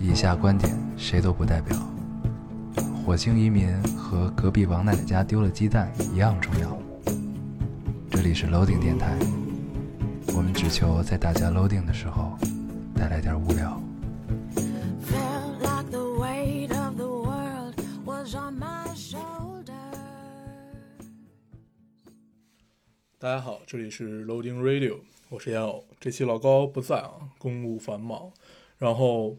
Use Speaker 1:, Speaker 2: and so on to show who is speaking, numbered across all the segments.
Speaker 1: 以下观点谁都不代表。火星移民和隔壁王奶奶家丢了鸡蛋一样重要。这里是 Loading 电台，我们只求在大家 Loading 的时候带来点无聊。
Speaker 2: Felt like the weight of the world was on my shoulders.
Speaker 3: 大家好，这里是 Loading Radio，我是烟偶。这期老高不在啊，公务繁忙，然后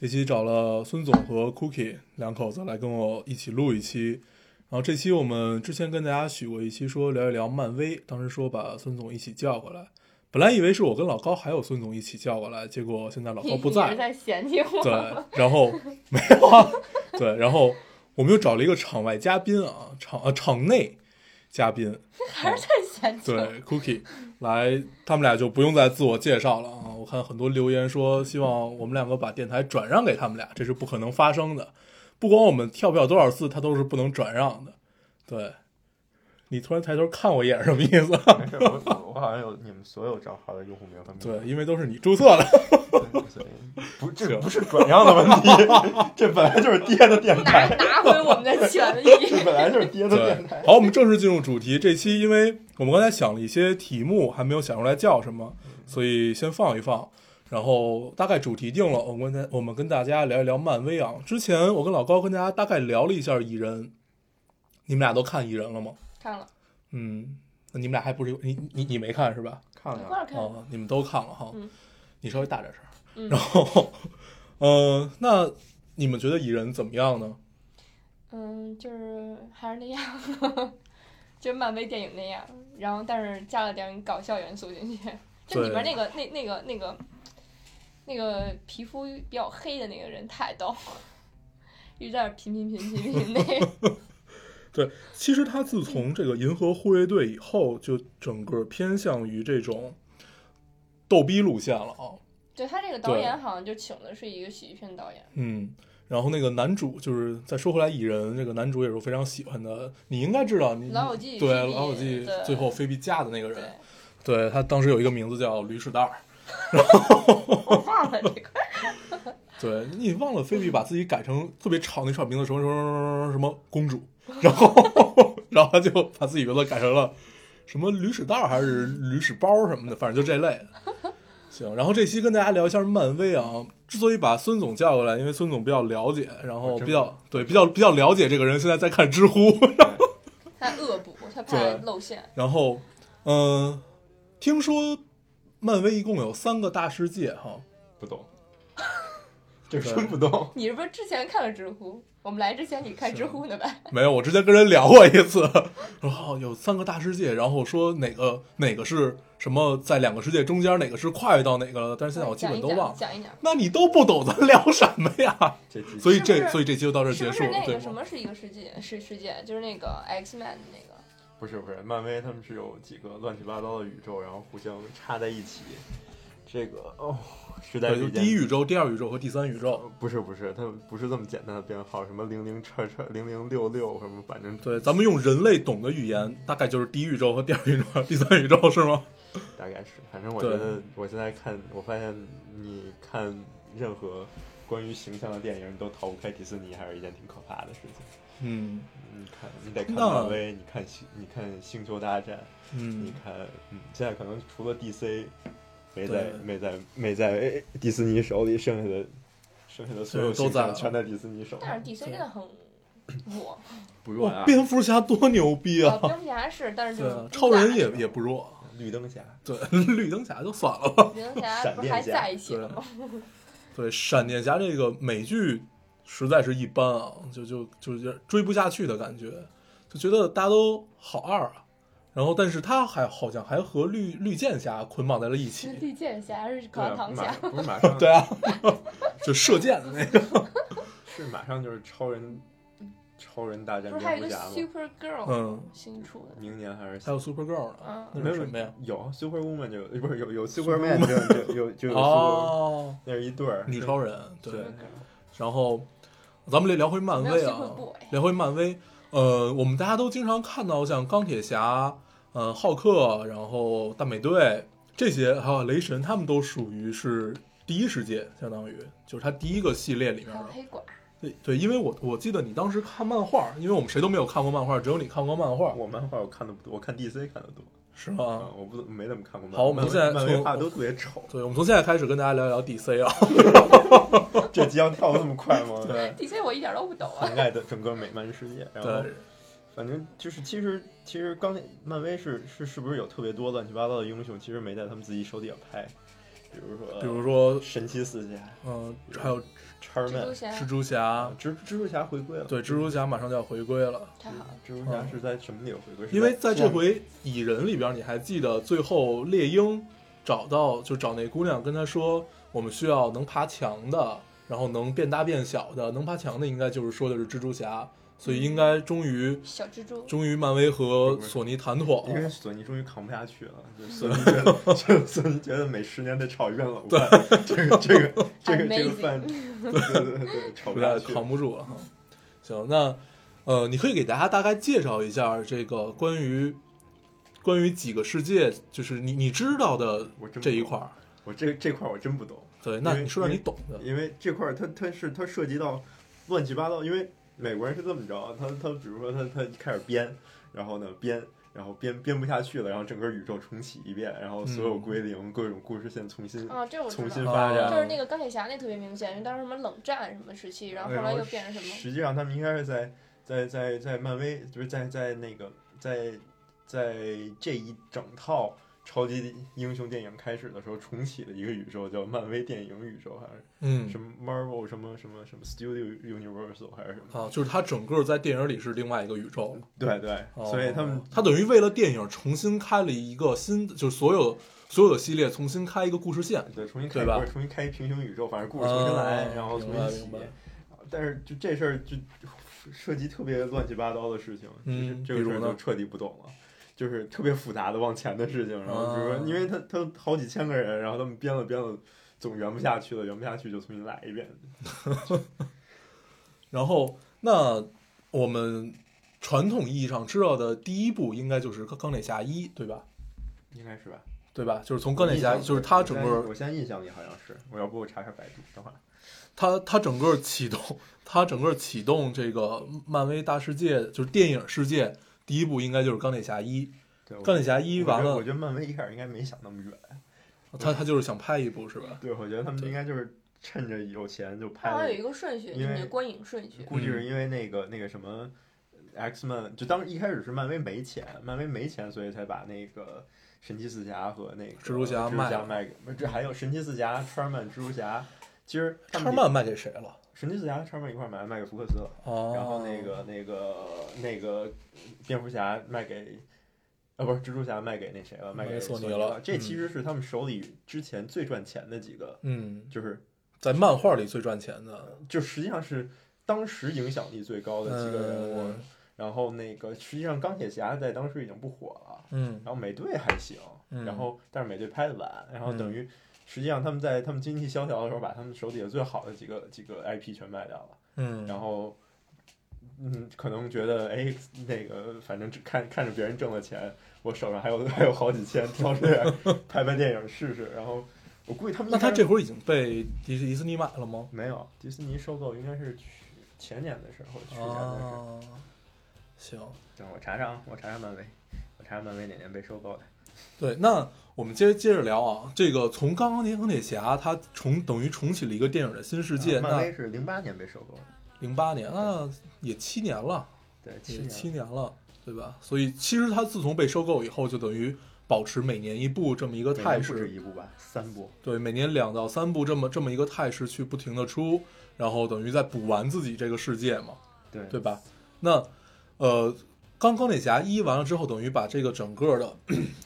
Speaker 3: 这期找了孙总和 Cookie 两口子来跟我一起录一期。然后这期我们之前跟大家许过一期，说聊一聊漫威，当时说把孙总一起叫过来。本来以为是我跟老高还有孙总一起叫过来，结果现在老高不
Speaker 4: 你是
Speaker 3: 在，
Speaker 4: 在嫌弃我
Speaker 3: 对，然后 没有啊，对，然后我们又找了一个场外嘉宾啊，场呃场内嘉宾，
Speaker 4: 还是在嫌弃我？
Speaker 3: 对，Cookie 来，他们俩就不用再自我介绍了啊！我看很多留言说，希望我们两个把电台转让给他们俩，这是不可能发生的。不管我们跳票多少次，他都是不能转让的。对，你突然抬头看我一眼，什么意思？
Speaker 5: 没事， 我我好像有你们所有账号的用户名和名
Speaker 3: 对，，因为都是你注册的。
Speaker 5: 所以 不，这不是转让的问题，这本来就是爹的电
Speaker 4: 拿
Speaker 5: 台，
Speaker 4: 拿回我们的 权
Speaker 5: 这
Speaker 4: 利。
Speaker 5: 本来就是 爹的
Speaker 3: 对
Speaker 5: 电台。，
Speaker 3: 好，我们正式进入主题。这期因为我们刚才想了一些题目，还没有想出来叫什么，所以先放一放。然后大概主题定了，我们跟我们跟大家聊一聊漫威啊。之前我跟老高跟大家大概聊了一下蚁人，你们俩都看蚁人了吗？
Speaker 4: 看了，
Speaker 3: 嗯，那你们俩还不是你你你没看是吧？
Speaker 5: 看
Speaker 4: 一块
Speaker 5: 看，
Speaker 4: 儿看。
Speaker 3: 哦，你们都看了哈。
Speaker 4: 嗯
Speaker 3: 你稍微大点声。
Speaker 4: 嗯
Speaker 3: 然后，呃，那你们觉得蚁人怎么样呢？
Speaker 4: 嗯，就是还是那样， 就漫威电影那样，然后但是加了点搞笑元素进去，就里边
Speaker 3: 对
Speaker 4: 那个那那个那个那个皮肤比较黑的那个人太逗了，一直在那儿频频频频频 那个
Speaker 3: 对，其实他自从这个《银河护卫队》以后，就整个偏向于这种逗逼路线了啊。
Speaker 4: 对他这个导
Speaker 3: 对
Speaker 4: 演好像就请的是一个喜剧片导演，
Speaker 3: 嗯，然后那个男主就是再说回来，蚁人这个男主也是我非常喜欢的。你应该知道，你
Speaker 4: 老友记
Speaker 3: 对
Speaker 4: 菲比
Speaker 3: 老友记
Speaker 4: 对
Speaker 3: 最后菲比嫁的那个
Speaker 4: 对
Speaker 3: 人，，对他当时有一个名字叫驴屎蛋儿。
Speaker 4: 我忘了这块儿，
Speaker 3: 对你忘了菲比把自己改成特别长的一串名字，什么什么什么什么什么公主，然后 然后他就把自己名字改成了什么驴屎蛋儿还是驴屎包什么的，反正就这类的。行，然后这期跟大家聊一下漫威啊。之所以把孙总叫过来，因为孙总比较了解，然后
Speaker 5: 我真
Speaker 3: 比较对比较比较了解这个人，现在在看知乎，
Speaker 4: 他恶补，他怕
Speaker 3: 对
Speaker 4: 露馅。
Speaker 3: 然后，嗯、听说漫威一共有三个大世界哈，
Speaker 5: 不懂，这真不懂。
Speaker 4: 你是不是之前看了知乎？我们来之前你看知乎呢吧？
Speaker 3: 没有，我之前跟人聊过一次，然后有三个大世界，然后说哪个哪个是什么，在两个世界中间哪个是跨越到哪个了，但是现在我基
Speaker 4: 讲
Speaker 3: 本
Speaker 4: 一
Speaker 3: 都忘
Speaker 4: 讲，
Speaker 3: 了。
Speaker 4: 讲一讲。
Speaker 3: 那你都不懂，咱聊什么呀？
Speaker 5: 这集
Speaker 3: 所以
Speaker 4: 是
Speaker 3: 这
Speaker 4: 不是
Speaker 3: 所以这期就到这儿
Speaker 4: 是
Speaker 3: 结
Speaker 4: 不
Speaker 3: 束
Speaker 4: 是
Speaker 3: 了，
Speaker 4: 那
Speaker 3: 对
Speaker 4: 个
Speaker 3: 吗？
Speaker 4: 什么是一个世界？是世界，就是那个 X Man 那个。
Speaker 5: 不是不是，漫威他们是有几个乱七八糟的宇宙，然后互相插在一起。这个哦，时代
Speaker 3: 对，就
Speaker 5: 遇见
Speaker 3: 第一宇宙、第二宇宙和第三宇宙。
Speaker 5: 不是不是，它不是这么简单的编号，什么零零 叉叉零零六六什么，反正
Speaker 3: 对，咱们用人类懂的语言，大概就是第一宇宙和第二宇宙、 第三宇宙，是吗？
Speaker 5: 大概是，反正我觉
Speaker 3: 对
Speaker 5: 得我现在看，我发现你看任何关于形象的电影，你都逃不开迪士尼，还是一件挺可怕的事情。
Speaker 3: 嗯
Speaker 5: 你看，你得看
Speaker 3: 那
Speaker 5: 漫威，你看星，你看星球大战，你
Speaker 3: 嗯，
Speaker 5: 看，嗯，现在可能除了 DC 没
Speaker 3: 对
Speaker 5: 在没在没在迪士尼手里，剩下的剩下的所有
Speaker 3: 对都
Speaker 5: 形
Speaker 3: 在
Speaker 5: 象全在迪士尼手
Speaker 4: 但
Speaker 5: 上，
Speaker 4: 是 DC 真的很弱，
Speaker 5: 不弱
Speaker 3: 哇，
Speaker 5: 啊，
Speaker 3: 蝙蝠侠多牛逼
Speaker 4: 呃
Speaker 3: 啊！
Speaker 4: 蝙蝠侠是，但是
Speaker 3: 对
Speaker 4: 就
Speaker 3: 啊
Speaker 4: 是，
Speaker 3: 超人也也不弱，
Speaker 5: 绿灯侠。
Speaker 3: 对， 绿灯侠就算了吧。
Speaker 4: 蝙蝠侠不是还在一起了吗？，
Speaker 3: 对，闪电侠这个美剧实在是一般啊，就就就是追不下去的感觉，就觉得大家都好二啊。然后，但是他还好像还和绿绿箭侠捆绑在了一起
Speaker 4: 绿箭侠是口
Speaker 5: 对啊，
Speaker 4: 香糖
Speaker 5: 马
Speaker 4: 侠，
Speaker 5: 不是 马上，
Speaker 3: 对啊， 就射箭的那个。
Speaker 5: 是马上就是超人，超人大战
Speaker 4: 不是还
Speaker 5: 蝙蝠
Speaker 4: 有一个
Speaker 5: 侠吗？
Speaker 4: Super Girl
Speaker 3: 嗯，
Speaker 4: 新出的，
Speaker 5: 明年还是
Speaker 3: 还有 Super Girl 呢，
Speaker 4: 嗯，
Speaker 3: 那是什么呀？
Speaker 5: 有 Super Woman 就有不是有有 Superman 就有有就有 Super，
Speaker 3: 哦，
Speaker 5: 那是一对儿
Speaker 3: 女超人对。
Speaker 5: 对
Speaker 4: Super Girl
Speaker 3: 然后，咱们聊回漫威
Speaker 4: 没有
Speaker 3: 啊
Speaker 4: Secret Boy，
Speaker 3: 聊回漫威。呃，我们大家都经常看到像钢铁侠、呃浩克，然后大美队这些，还有雷神，他们都属于是第一世界，相当于就是他第一个系列里面
Speaker 4: 还有
Speaker 3: 的。
Speaker 4: 黑寡，
Speaker 3: 对对，因为我我记得你当时看漫画，因为我们谁都没有看过漫画，只有你看过漫画，
Speaker 5: 我漫画我看的不多，我看 DC 看的多
Speaker 3: 是吗
Speaker 5: 啊，？我不没怎么看过漫画。
Speaker 3: 好我们
Speaker 5: 漫威
Speaker 3: 现在
Speaker 5: 漫威
Speaker 3: 从
Speaker 5: 画得都特别丑，
Speaker 3: 对，我们从现在开始跟大家聊一聊 DC 啊，
Speaker 5: 这集要跳得那么快吗？
Speaker 3: 对
Speaker 4: DC 我一点都不懂啊。
Speaker 5: 涵盖的整个美漫世界，然后
Speaker 3: 对，
Speaker 5: 反正就是，其实其实刚才漫威是是是不是有特别多乱七八糟的英雄，其实没在他们自己手底下拍，比如说
Speaker 3: 比如说
Speaker 5: 神奇四侠、
Speaker 3: 嗯，还有
Speaker 4: 蜘蛛
Speaker 5: Charman，
Speaker 4: 侠
Speaker 3: 蜘蛛侠，
Speaker 5: 蜘蜘蛛侠回归了，
Speaker 3: 对，蜘蛛侠马上就要回归了。
Speaker 4: 太好了，
Speaker 5: 蜘蛛侠是在什么里头回归？
Speaker 3: 因为在这
Speaker 5: 回。
Speaker 3: 回蚁人里边，你还记得最后猎鹰找到就找那姑娘，跟她说我们需要能爬墙的，然后能变大变小的，能爬墙的应该就是说的是蜘蛛侠，所以应该终于
Speaker 4: 小蜘蛛，
Speaker 3: 终于漫威和索尼谈妥
Speaker 5: 因为
Speaker 3: 了，
Speaker 5: 索尼终于扛不下去了，就 索尼觉得，就索尼觉得每十年得炒一遍冷饭，这 个这个这个这个
Speaker 4: Amazing
Speaker 5: 饭，对对对对，炒不
Speaker 3: 实
Speaker 5: 下
Speaker 3: 在
Speaker 5: 去。
Speaker 3: 扛不住了哈。行，那呃，你可以给大家大概介绍一下这个关于关于几个世界，就是你你知道的
Speaker 5: 我真不
Speaker 3: 这一
Speaker 5: 懂
Speaker 3: 块儿。
Speaker 5: 我这这块儿我真不懂，
Speaker 3: 对，那
Speaker 5: 因为
Speaker 3: 你说点
Speaker 5: 因
Speaker 3: 你
Speaker 5: 为
Speaker 3: 懂的，
Speaker 5: 因为这块儿它它是它涉及到乱七八糟，因为美国人是这么着，啊他他比如说他他开始编，然后呢编，然后编编不下去了，然后整个宇宙重启一遍，然后所有
Speaker 3: 嗯
Speaker 5: 归零，各种故事线重新
Speaker 4: 啊，这我知
Speaker 5: 重
Speaker 4: 道
Speaker 5: 新。发
Speaker 3: 啊
Speaker 5: 展。
Speaker 4: 就是那个钢铁侠那特别明显，因为当时什么冷战什么时期，然后后来又变成什么
Speaker 5: 哎实际上他们应该是在在在在漫威，就是在在那个在在这一整套超级英雄电影开始的时候重启的一个宇宙，叫漫威电影宇宙，还是
Speaker 3: 嗯
Speaker 5: 什，么 Marvel 什么什么什么 Studio Universal 还是什么？
Speaker 3: 啊，就是它整个在电影里是另外一个宇宙，
Speaker 5: 对对，
Speaker 3: 哦
Speaker 5: 所以他们
Speaker 3: 它等于为了电影重新开了一个新，就是所有所有的系列重新开一个故事线。
Speaker 5: 对重新开
Speaker 3: 对吧
Speaker 5: 不是重新开一平行宇宙，反正故事重新来，
Speaker 3: 哦
Speaker 5: 然后重
Speaker 3: 明白
Speaker 5: 新起
Speaker 3: 明白。
Speaker 5: 但是就这事儿就涉及特别乱七八糟的事情，
Speaker 3: 嗯
Speaker 5: 就
Speaker 3: 比
Speaker 5: 是这个
Speaker 3: 如
Speaker 5: 事儿
Speaker 3: 呢
Speaker 5: 就彻底不懂了。就是特别复杂的往前的事情，然后比如
Speaker 3: 啊
Speaker 5: 说，因为他他好几千个人，然后他们编了编了，总圆不下去了，圆不下去就重新来一遍。
Speaker 3: 然后，那我们传统意义上知道的第一部应该就是钢《钢铁侠一》，对吧？
Speaker 5: 应该是吧？
Speaker 3: 对吧？就是从钢铁侠，
Speaker 5: 我印象
Speaker 3: 就是它整
Speaker 5: 我现在
Speaker 3: 个
Speaker 5: 我现在印象里好像是，我要不我查查百度，等会儿。
Speaker 3: 它它整个启动， 它整个启动这个漫威大世界，就是电影世界第一部应该就是《钢铁侠一
Speaker 5: 对，》。
Speaker 3: 钢铁侠一
Speaker 5: 我觉
Speaker 3: 完
Speaker 5: 得
Speaker 3: 了
Speaker 5: 我，觉得漫威一开始应该没想那么远。
Speaker 3: 他他就是想拍一部是吧？
Speaker 5: 对，我觉得他们
Speaker 3: 对
Speaker 5: 应该就是趁着有钱就
Speaker 4: 它
Speaker 5: 拍
Speaker 4: 好
Speaker 5: 了
Speaker 4: 像有一个顺序，
Speaker 5: 因
Speaker 4: 就
Speaker 5: 为
Speaker 4: 是观影顺序。
Speaker 5: 估计是
Speaker 3: 嗯
Speaker 5: 因为那个那个什么 X Men，就当时一开始是漫威没钱，漫威没钱，所以才把那个神奇四侠和那个
Speaker 3: 蜘蛛侠卖了
Speaker 5: 卖给，不是这还有神奇四侠、超人曼、蜘蛛侠，其实他
Speaker 3: 叉
Speaker 5: 们
Speaker 3: 曼卖给谁了？
Speaker 5: 神奇四侠、超人曼一块儿买，卖给福克斯了，
Speaker 3: 哦，
Speaker 5: 然后那个那个那个蝙蝠侠卖给。啊，不是蜘蛛侠卖给那谁了，卖
Speaker 3: 卖给
Speaker 5: 给
Speaker 3: 索尼
Speaker 5: 尼
Speaker 3: 了
Speaker 5: 了。这
Speaker 3: 嗯
Speaker 5: 其实是他们手里之前最赚钱的几个，
Speaker 3: 嗯，
Speaker 5: 就是
Speaker 3: 在漫画里最赚钱的
Speaker 5: 就实际上是当时影响力最高的几个人物。
Speaker 3: 嗯
Speaker 5: 然后那个实际上钢铁侠在当时已经不火了，
Speaker 3: 嗯
Speaker 5: 然后美队还行，
Speaker 3: 嗯
Speaker 5: 然后但是美队拍的晚，然后
Speaker 3: 嗯
Speaker 5: 等于实际上他们在他们经济萧条的时候，把他们手底下最好的几个几个 IP 全卖掉了，
Speaker 3: 嗯，
Speaker 5: 然后。嗯，可能觉得哎，那个反正只看看着别人挣了钱，我手上还有 还有好几千，挑 出来拍拍电影试试。然后我估计他们一
Speaker 3: 那他
Speaker 5: 开始
Speaker 3: 这会儿已经被迪士迪士尼买了吗？
Speaker 5: 没有，迪士尼收购应该是去前年的事儿，或者去年的事儿。
Speaker 3: 啊，行，
Speaker 5: 等我查查啊，我查查漫威，我查查漫威哪年被收购的。
Speaker 3: 对，那我们接接着聊啊，这个从刚刚那钢铁侠，它重等于重启了一个电影的新世界，
Speaker 5: 啊漫
Speaker 3: 那
Speaker 5: 威是零八年被收购的，
Speaker 3: 零八年那也七年了，
Speaker 5: 对，七
Speaker 3: 也
Speaker 5: 年。
Speaker 3: 七年了，对吧？所以其实它自从被收购以后，就等于保持每年一部这么一个
Speaker 5: 每
Speaker 3: 态
Speaker 5: 年不
Speaker 3: 势
Speaker 5: 止，一部吧，三部。
Speaker 3: 对，每年两到三部这么这么一个态势去不停的出，然后等于在补完自己这个世界嘛，
Speaker 5: 对
Speaker 3: 对吧？那呃，刚钢铁侠一完了之后，等于把这个整个的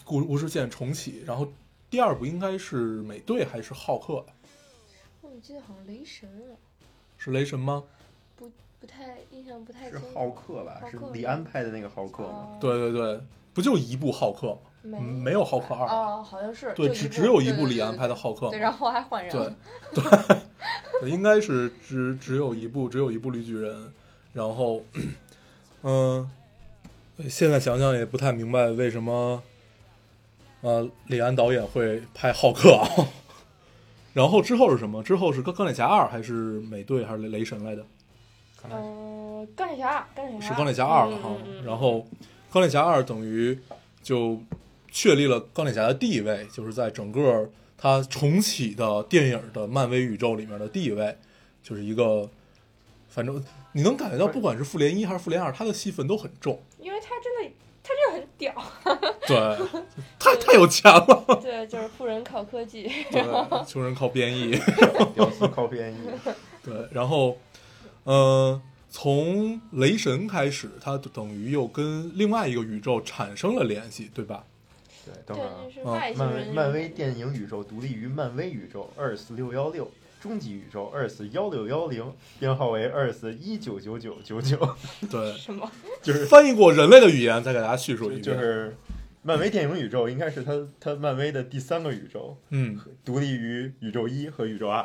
Speaker 3: 故故事线重启，然后第二部应该是美队还是浩克？啊
Speaker 4: 我哦记得好像雷神啊，
Speaker 3: 是雷神吗？
Speaker 4: 不太印象不太
Speaker 5: 是
Speaker 4: 清。
Speaker 5: 浩克吧？
Speaker 4: 浩
Speaker 5: 是
Speaker 4: 克
Speaker 5: 李安拍的那个浩克吗？
Speaker 4: 哦，
Speaker 3: 对对对，不就一部浩克吗？
Speaker 4: 没
Speaker 3: 嗯没有浩克二
Speaker 4: 哦，好像是
Speaker 3: 对，
Speaker 4: 就
Speaker 3: 只
Speaker 4: 部
Speaker 3: 只有一
Speaker 4: 对
Speaker 3: 部
Speaker 4: 对
Speaker 3: 李
Speaker 4: 对
Speaker 3: 安
Speaker 4: 对
Speaker 3: 拍的浩克嘛。
Speaker 4: 对，然后还换人
Speaker 3: 对
Speaker 4: 了，
Speaker 3: 对， 应该是只只有一部，只有一部绿巨人。然后，嗯、现在想想也不太明白为什么，呃，李安导演会拍浩克啊。 然后之后是什么？之后是钢钢铁侠二还是美队还是雷神来的？
Speaker 4: 嗯，钢铁侠，钢铁侠嗯
Speaker 3: 是钢铁侠二了哈。然后钢铁侠二等于就确立了钢铁侠的地位，就是在整个他重启的电影的漫威宇宙里面的地位，就是一个反正你能感觉到，不管是复联一还是复联二，他的戏份都很重。
Speaker 4: 因为他真的，他真的很屌。
Speaker 3: 对，太太有钱了。
Speaker 4: 对，就是富人靠科技。
Speaker 3: 对，穷人靠编译。
Speaker 4: 哦
Speaker 5: 屌丝靠边 译，
Speaker 3: 对，然后，呃，从雷神开始，它等于又跟另外一个宇宙产生了联系，对吧？
Speaker 5: 对，等
Speaker 4: 对，
Speaker 5: 会儿啊
Speaker 4: 就。是外星
Speaker 5: 漫
Speaker 4: 人
Speaker 5: 威
Speaker 4: 就。
Speaker 5: 漫威电影宇宙独立于漫威宇宙二四六幺六，终极宇宙二四幺六幺零，编号为二四一九九九九九，
Speaker 3: 对，
Speaker 4: 什么？
Speaker 5: 就是
Speaker 3: 翻译过人类的语言，再给大家叙述一遍。
Speaker 5: 就是漫威电影宇宙应该是它它漫威的第三个宇宙，
Speaker 3: 嗯，
Speaker 5: 独立于宇宙一和宇宙二。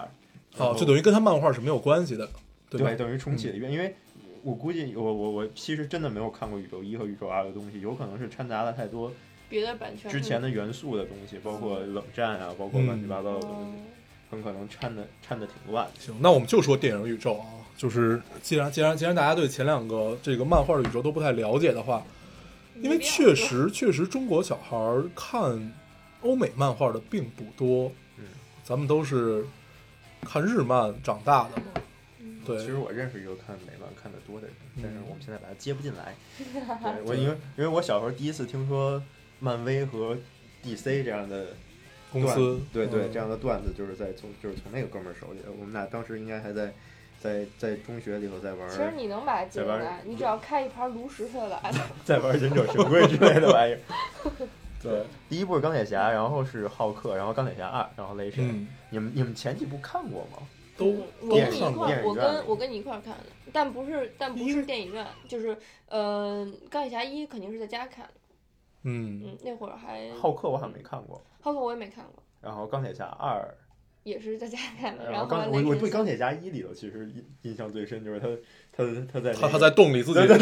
Speaker 5: 然
Speaker 3: 好，
Speaker 5: 后
Speaker 3: 就等于跟他漫画是没有关系的，对嗯吧？
Speaker 5: 对，等于重启了一遍。因为我估计我我我其实真的没有看过宇宙一和宇宙二的东西，有可能是掺杂了太多
Speaker 4: 别的版权
Speaker 5: 之前的元素的东西，包括冷战啊，包括乱七八糟的东西，
Speaker 4: 嗯
Speaker 5: 很可能掺的掺的挺乱。
Speaker 3: 行，那我们就说电影宇宙啊，就是既然既然既然大家对前两个这个漫画的宇宙都不太了解的话，因为
Speaker 4: 没必要
Speaker 3: 确实确实中国小孩儿看欧美漫画的并不多，
Speaker 5: 嗯，
Speaker 3: 咱们都是看日漫长大的嘛，对，
Speaker 5: 其实我认识一个看美漫看的多的人，但是
Speaker 3: 嗯
Speaker 5: 我们现在把他接不进 来。对我因为因为我小时候第一次听说漫威和 DC 这样的
Speaker 3: 公
Speaker 5: 段
Speaker 3: 司
Speaker 5: 子对对、
Speaker 3: 嗯
Speaker 5: 这样的段子，就是在从就是从那个哥们儿手里的。我们俩当时应该还在在在中学里头在玩
Speaker 4: 其实你能把它接进
Speaker 5: 在玩
Speaker 4: 来，你只要开一盘炉石，它哎就来了。
Speaker 5: 在玩忍者神龟之类的玩意儿。
Speaker 3: 对，
Speaker 5: 第一部是钢铁侠，然后是浩克，然后钢铁侠二，然后雷神。
Speaker 3: 嗯，
Speaker 5: 你们你们前几部看过吗？
Speaker 3: 都
Speaker 4: 我
Speaker 3: 都
Speaker 4: 跟你一
Speaker 3: 看
Speaker 5: 电影
Speaker 3: 过
Speaker 4: 块
Speaker 5: 电
Speaker 4: 儿，
Speaker 5: 影院里
Speaker 4: 我跟我跟你一块儿看的，但不是但不
Speaker 3: 因为
Speaker 4: 是电影院，就是呃，钢铁侠一肯定是在家看的，
Speaker 3: 嗯，
Speaker 4: 嗯，那会儿还
Speaker 5: 浩克我好像没看过，
Speaker 4: 浩克我也没看过，
Speaker 5: 然后钢铁侠二
Speaker 4: 也 是在家看
Speaker 3: 哎
Speaker 4: 的，
Speaker 5: 然后
Speaker 4: 后
Speaker 5: 钢
Speaker 4: 来
Speaker 5: 我我
Speaker 4: 神
Speaker 5: 对
Speaker 4: 奇
Speaker 5: 钢铁侠一里头其实印印象最深就是他他他在那
Speaker 3: 他他
Speaker 5: 个
Speaker 3: 在洞里自己，
Speaker 4: 哦，
Speaker 3: 对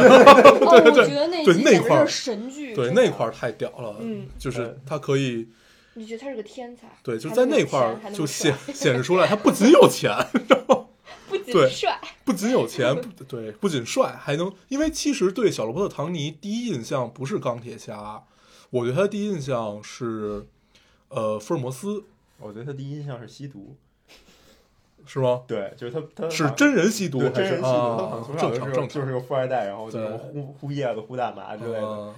Speaker 3: 对
Speaker 4: 我觉得那一
Speaker 3: 对
Speaker 4: 集
Speaker 3: 那
Speaker 4: 简直
Speaker 3: 块儿
Speaker 4: 就是神剧，
Speaker 3: 对
Speaker 4: 真
Speaker 3: 那
Speaker 4: 的
Speaker 3: 块儿太屌了，
Speaker 4: 嗯，
Speaker 3: 就是
Speaker 5: 嗯
Speaker 3: 他可以。
Speaker 4: 你觉得他是个天才，
Speaker 3: 对，就
Speaker 4: 还
Speaker 3: 在
Speaker 4: 那么
Speaker 3: 那
Speaker 4: 有
Speaker 3: 块
Speaker 4: 钱还
Speaker 3: 儿
Speaker 4: 那
Speaker 3: 就
Speaker 4: 么
Speaker 3: 显
Speaker 4: 帅
Speaker 3: 显示出来，他不仅有钱，
Speaker 4: 不仅
Speaker 3: 对
Speaker 4: 帅，
Speaker 3: 不仅有钱，不对，不仅帅，还能，因为其实对小罗伯特·唐尼第一印象不是钢铁侠，我对他的第一印象是，呃，福尔摩斯
Speaker 5: 我对他第一印象是吸毒，
Speaker 3: 是吗？
Speaker 5: 对，就是他他
Speaker 3: 是
Speaker 5: 好像
Speaker 3: 真人吸毒
Speaker 5: 对
Speaker 3: 还
Speaker 5: 真
Speaker 3: 是
Speaker 5: 人吸毒，他好
Speaker 3: 啊
Speaker 5: 像从？小
Speaker 3: 正
Speaker 5: 就是
Speaker 3: 常正
Speaker 5: 就是
Speaker 3: 常
Speaker 5: 个富二代，然后就
Speaker 3: 对
Speaker 5: 是呼呼叶子、呼大麻之类的，
Speaker 3: 啊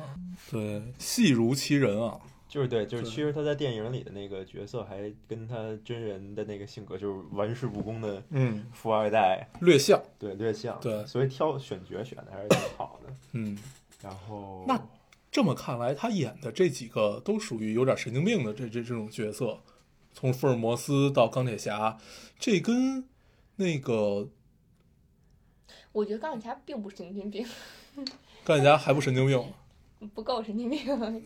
Speaker 3: 对，戏如其人啊，
Speaker 5: 就是对，就是
Speaker 3: 对
Speaker 5: 其实他在电影里的那个角色还跟他真人的那个性格就是玩世不恭的
Speaker 3: 嗯，
Speaker 5: 富二代，
Speaker 3: 略像，
Speaker 5: 对，略像，
Speaker 3: 对
Speaker 5: 所以挑选角选的还是挺好的。
Speaker 3: 嗯，
Speaker 5: 然后
Speaker 3: 那这么看来，他演的这几个都属于有点神经病的这这这种角色，从福尔摩斯到钢铁侠，这跟那个
Speaker 4: 我觉得钢铁侠并不神经病，
Speaker 3: 钢铁侠还不神经病吗？
Speaker 4: 不够神 经病，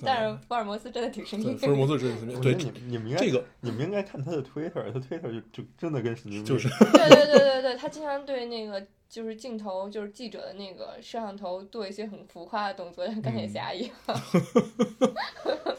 Speaker 4: 但是福尔摩斯真的挺神
Speaker 3: 对，
Speaker 4: 经
Speaker 3: 福尔摩
Speaker 4: 病，
Speaker 3: 斯真神经
Speaker 5: 我
Speaker 3: 病。
Speaker 5: 觉
Speaker 3: 对，
Speaker 5: 得你
Speaker 3: 这
Speaker 5: 们你们应该
Speaker 3: 这个
Speaker 5: 你们应该看他的 Twitter，他 Twitter 就就真的跟神经病
Speaker 3: 就是
Speaker 4: 对对对对对，他经常对那个。就是镜头，就是记者的那个摄像头做一些很浮夸的动作，像钢铁
Speaker 3: 嗯
Speaker 4: 侠一样。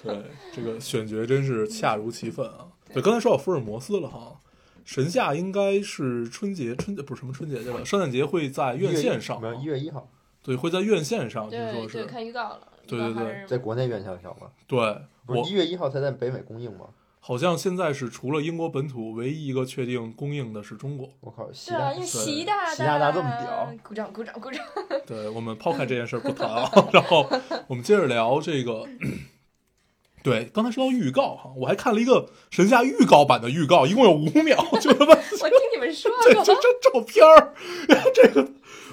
Speaker 3: 对这个选角真是恰如其分啊。对，刚才说到福尔摩斯了哈，神夏应该是春节春不是什么春节去了，圣诞节会在院线上
Speaker 5: 没有
Speaker 3: 啊
Speaker 5: 一，月一号
Speaker 3: 对，会在院线上，听
Speaker 4: 对
Speaker 3: 说
Speaker 4: 对，
Speaker 3: 是
Speaker 4: 看预告了。
Speaker 3: 对
Speaker 4: 预告
Speaker 3: 对
Speaker 4: 还
Speaker 3: 对
Speaker 4: 是
Speaker 5: 在国内院线上吗？
Speaker 3: 对
Speaker 5: 不是
Speaker 3: 我
Speaker 5: 一月一号才在北美公映吗？
Speaker 3: 好像现在是除了英国本土，唯一一个确定供应的是中国。
Speaker 5: 我靠，习
Speaker 4: 对啊，
Speaker 5: 大
Speaker 4: 因
Speaker 3: 对
Speaker 4: 为习大
Speaker 5: 习大大这么屌，
Speaker 4: 鼓掌鼓掌 鼓掌。
Speaker 3: 对，我们抛开这件事儿不谈啊， 然后我们接着聊这个。 对，刚才说到预告哈，我还看了一个神夏预告版的预告，一共有五秒， 就 他妈
Speaker 4: 我听你们说
Speaker 3: 这这
Speaker 4: 过，
Speaker 3: 这照片儿， 这个，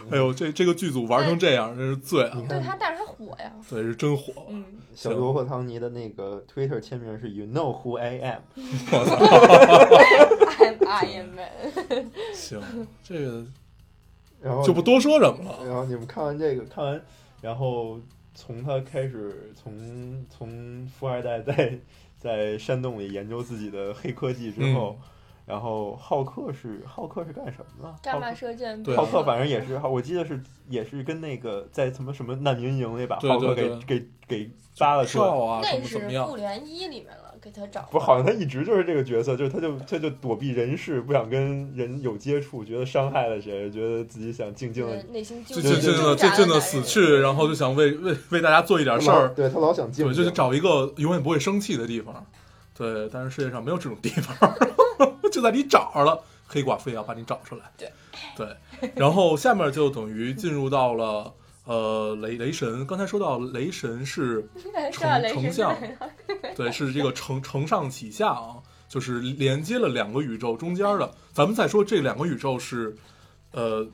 Speaker 3: 哎呦，这这个剧组玩成这样，真是醉啊！
Speaker 4: 对他，但是他火呀。
Speaker 3: 对，是真火，
Speaker 4: 嗯，
Speaker 5: 小罗伯特唐尼的那个 Twitter 签名是 You know who I am，
Speaker 3: 我操！
Speaker 4: I'm
Speaker 3: 嗯
Speaker 4: Iron Man。
Speaker 3: 行，这个
Speaker 5: 然后
Speaker 3: 就不，多说什么了。
Speaker 5: 然后你们看完这个，看完，然后从他开始，从从富二代在在山洞里研究自己的黑科技之后，
Speaker 3: 嗯
Speaker 5: 然后浩克是浩克是干什么了？
Speaker 4: 伽马
Speaker 5: 浩克
Speaker 4: 射箭
Speaker 3: 对啊
Speaker 4: 兵。啊
Speaker 5: 浩克反正也是，我记得是也是跟那个在什么什么难民营里把
Speaker 3: 对
Speaker 5: 浩克
Speaker 3: 对
Speaker 5: 给给给扒了出来，
Speaker 3: 照啊，什
Speaker 4: 那
Speaker 3: 么
Speaker 4: 是
Speaker 3: 怎么样？
Speaker 4: 复联一里面了，给他找
Speaker 5: 不，好像他一直就是这个角色，就是他就他就躲避人世，不想跟人有接触，觉得伤害了谁，觉得自己想静静
Speaker 4: 就是
Speaker 5: 的。
Speaker 4: 内心
Speaker 3: 就
Speaker 4: 就
Speaker 5: 对
Speaker 3: 静
Speaker 5: 对
Speaker 3: 静的、
Speaker 4: 就
Speaker 3: 就静的 死去，然后就想为为为大家做一点事儿，
Speaker 5: 对他老想静
Speaker 3: 对，
Speaker 5: 静，
Speaker 3: 就是找一个永远不会生气的地方，对，但是世界上没有这种地方， 就在你找着了，黑寡妇也要把你找出来，
Speaker 4: 对
Speaker 3: 对，然后下面就等于进入到了呃雷雷神，刚才说到雷神是。
Speaker 4: 上雷
Speaker 3: 丞
Speaker 4: 神
Speaker 3: 相，对，是这个承承上启下啊，就是连接了两个宇宙中间的。咱们再说这两个宇宙是，呃，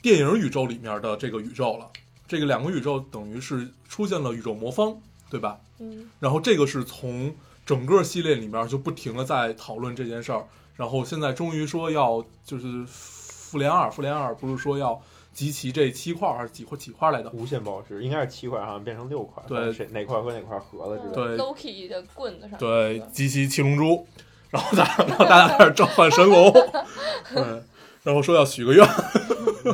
Speaker 3: 电影宇宙里面的这个宇宙了。这个两个宇宙等于是出现了宇宙魔方，对吧？
Speaker 4: 嗯，
Speaker 3: 然后这个是从整个系列里面就不停的在讨论这件事儿，然后现在终于说要就是复联二，复联二不是说要集齐这七块儿还是几块几块儿来的？
Speaker 5: 无限宝石，应该是七块，好像变成六块，
Speaker 3: 对
Speaker 5: 反正谁哪块和哪块合了之类
Speaker 3: 对
Speaker 5: 的。
Speaker 4: Loki 的棍子上，
Speaker 3: 对，集齐七龙珠，然后 大然后大家开始召唤神 龙，对，然后说要许个愿，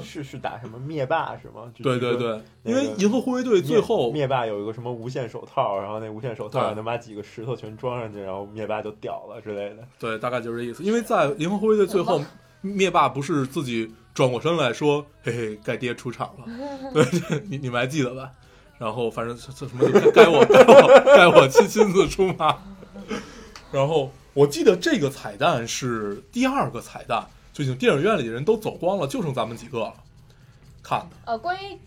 Speaker 5: 是是打什么灭霸是吗？就
Speaker 3: 对对，
Speaker 5: 就
Speaker 3: 对，
Speaker 5: 那
Speaker 3: 因
Speaker 5: 个
Speaker 3: 为银河护卫队
Speaker 5: 灭
Speaker 3: 最后
Speaker 5: 灭霸有一个什么无限手套，然后那无限手套
Speaker 3: 对
Speaker 5: 能把几个石头全装上去，然后灭霸就屌了之类的。
Speaker 3: 对，大概就是这意思。因为在银河护卫队最后，灭霸不是自己转过身来说：“嘿嘿，该爹出场了。”对，你你们还记得吧？然后反正这这什么就该我该我该我亲亲自出马。然后我记得这个彩蛋是第二个彩蛋，就已经电影院里的人都走光了，就剩咱们几个了。看的，
Speaker 4: 呃，关于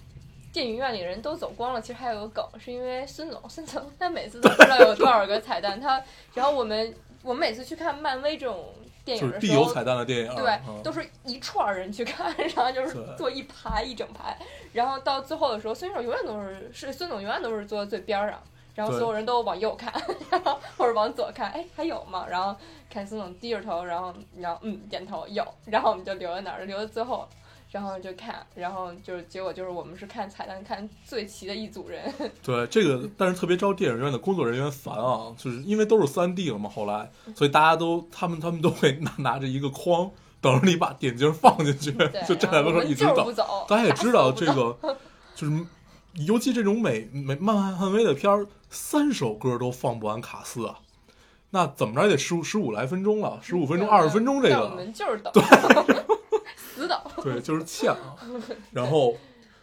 Speaker 4: 电影院里人都走光了，其实还有个梗，是因为孙总，孙总他每次都知道有多少个彩蛋，他然后我们我们每次去看漫威这种电
Speaker 3: 就
Speaker 4: 影
Speaker 3: 是
Speaker 4: 哎的
Speaker 3: 必
Speaker 4: 时
Speaker 3: 有
Speaker 4: 候，
Speaker 3: 彩蛋的电影。
Speaker 4: 对，
Speaker 3: 嗯
Speaker 4: 都是一串儿人去看， 然后就是
Speaker 3: 对
Speaker 4: 坐一排一整排，然后到最后的时候，孙总永远都是是孙总永远都是坐在最边儿上。然后
Speaker 3: 对
Speaker 4: 所有人都往右看， 然后或者往左看，哎，还有吗？然后看孙总低着头，然后然后嗯点头有，然后我们就留在那儿，留到最后，然后就看，然后就是结果就是我们是看彩蛋看最齐的一组人，
Speaker 3: 对这个，但是特别招电影院的工作人员烦啊，就是因为都是三 D 了嘛，后来，
Speaker 4: 嗯
Speaker 3: 所以大家都他们他们都会拿拿着一个框，等着你把眼镜放进去
Speaker 4: 对，，
Speaker 3: 就站在
Speaker 4: 然
Speaker 3: 门
Speaker 4: 后我
Speaker 3: 口
Speaker 4: 们
Speaker 3: 一直
Speaker 4: 就是不
Speaker 3: 等。
Speaker 4: 走，
Speaker 3: 大家也
Speaker 4: 打死
Speaker 3: 知道
Speaker 4: 不
Speaker 3: 这
Speaker 4: 走
Speaker 3: 个， 就是尤其这种美美漫漫漫威的片儿，三首歌都放不完卡斯啊，那怎么着也得十十五来分钟了，十五分钟
Speaker 4: 对
Speaker 3: 二十分钟这
Speaker 4: 但我
Speaker 3: 个，
Speaker 4: 们就是等， 死等，
Speaker 3: 对，就是欠啊。然后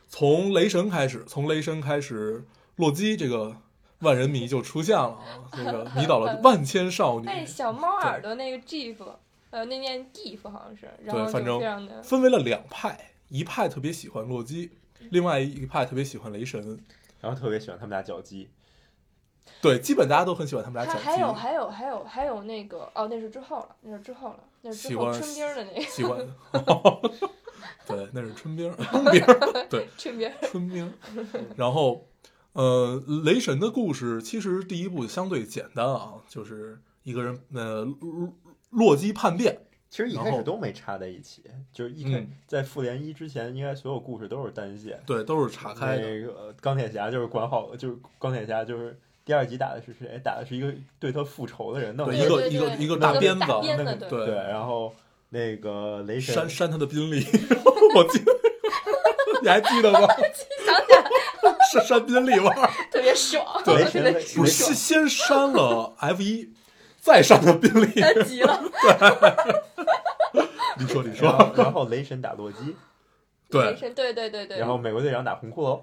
Speaker 3: 从雷神开始，从雷神开始，洛基这个万人迷就出现了啊，这个迷倒了万千少女，
Speaker 4: 哎，小猫耳朵那个 GIF，呃，那念 GIF 好像是，然
Speaker 3: 对
Speaker 4: 后
Speaker 3: 反
Speaker 4: 就
Speaker 3: 正
Speaker 4: 非常的，
Speaker 3: 分为了两派，一派特别喜欢洛基，另外一派特别喜欢雷神。
Speaker 5: 然后特别喜欢他们俩脚鸡，
Speaker 3: 对，基本大家都很喜欢他们俩
Speaker 4: 还
Speaker 3: 脚
Speaker 4: 还有
Speaker 3: 踢，
Speaker 4: 还有还有还有那个哦，那是之后了，那是之后了，那是之后
Speaker 3: 喜欢
Speaker 4: 春兵儿的那个
Speaker 3: 喜欢。 对，那是春兵儿， 冬兵儿，对，
Speaker 4: 春兵儿，
Speaker 3: 春兵。然后，呃，雷神的故事其实第一部相对简单啊，就是一个人，呃，洛洛基叛变，
Speaker 5: 其实一开
Speaker 3: 然
Speaker 5: 始
Speaker 3: 后
Speaker 5: 都没插在一起，就是一开、
Speaker 3: 嗯
Speaker 5: 在复联一之前，应该所有故事都是单线。
Speaker 3: 对，都是岔开的。
Speaker 5: 那个呃钢铁侠就是管好，就是钢铁侠就是第二集打的是谁？打的是一个对他复仇的人，弄
Speaker 3: 对
Speaker 5: 了
Speaker 3: 一个
Speaker 4: 对对
Speaker 3: 一个
Speaker 4: 对
Speaker 3: 一个
Speaker 4: 对
Speaker 3: 大
Speaker 4: 对
Speaker 3: 鞭子
Speaker 4: 大
Speaker 5: 那
Speaker 4: 鞭
Speaker 5: 个
Speaker 4: 子，
Speaker 3: 对
Speaker 5: 对，然后那个雷神
Speaker 3: 扇扇他的宾利， 我记得，你还记得吗？
Speaker 4: 想起来
Speaker 3: 是 扇宾利 玩儿，
Speaker 4: 特 别爽，
Speaker 5: 雷
Speaker 4: 特
Speaker 5: 神
Speaker 4: 别
Speaker 5: 的
Speaker 4: 爽
Speaker 3: 不是先先扇了 F 一，再扇了宾 利。
Speaker 4: 他急了，
Speaker 3: 你说，你
Speaker 5: 然
Speaker 3: 说，
Speaker 5: 后然后雷神打洛基，
Speaker 4: 雷
Speaker 3: 对
Speaker 4: 神，对对对对，
Speaker 5: 然后美国队长打红骷髅，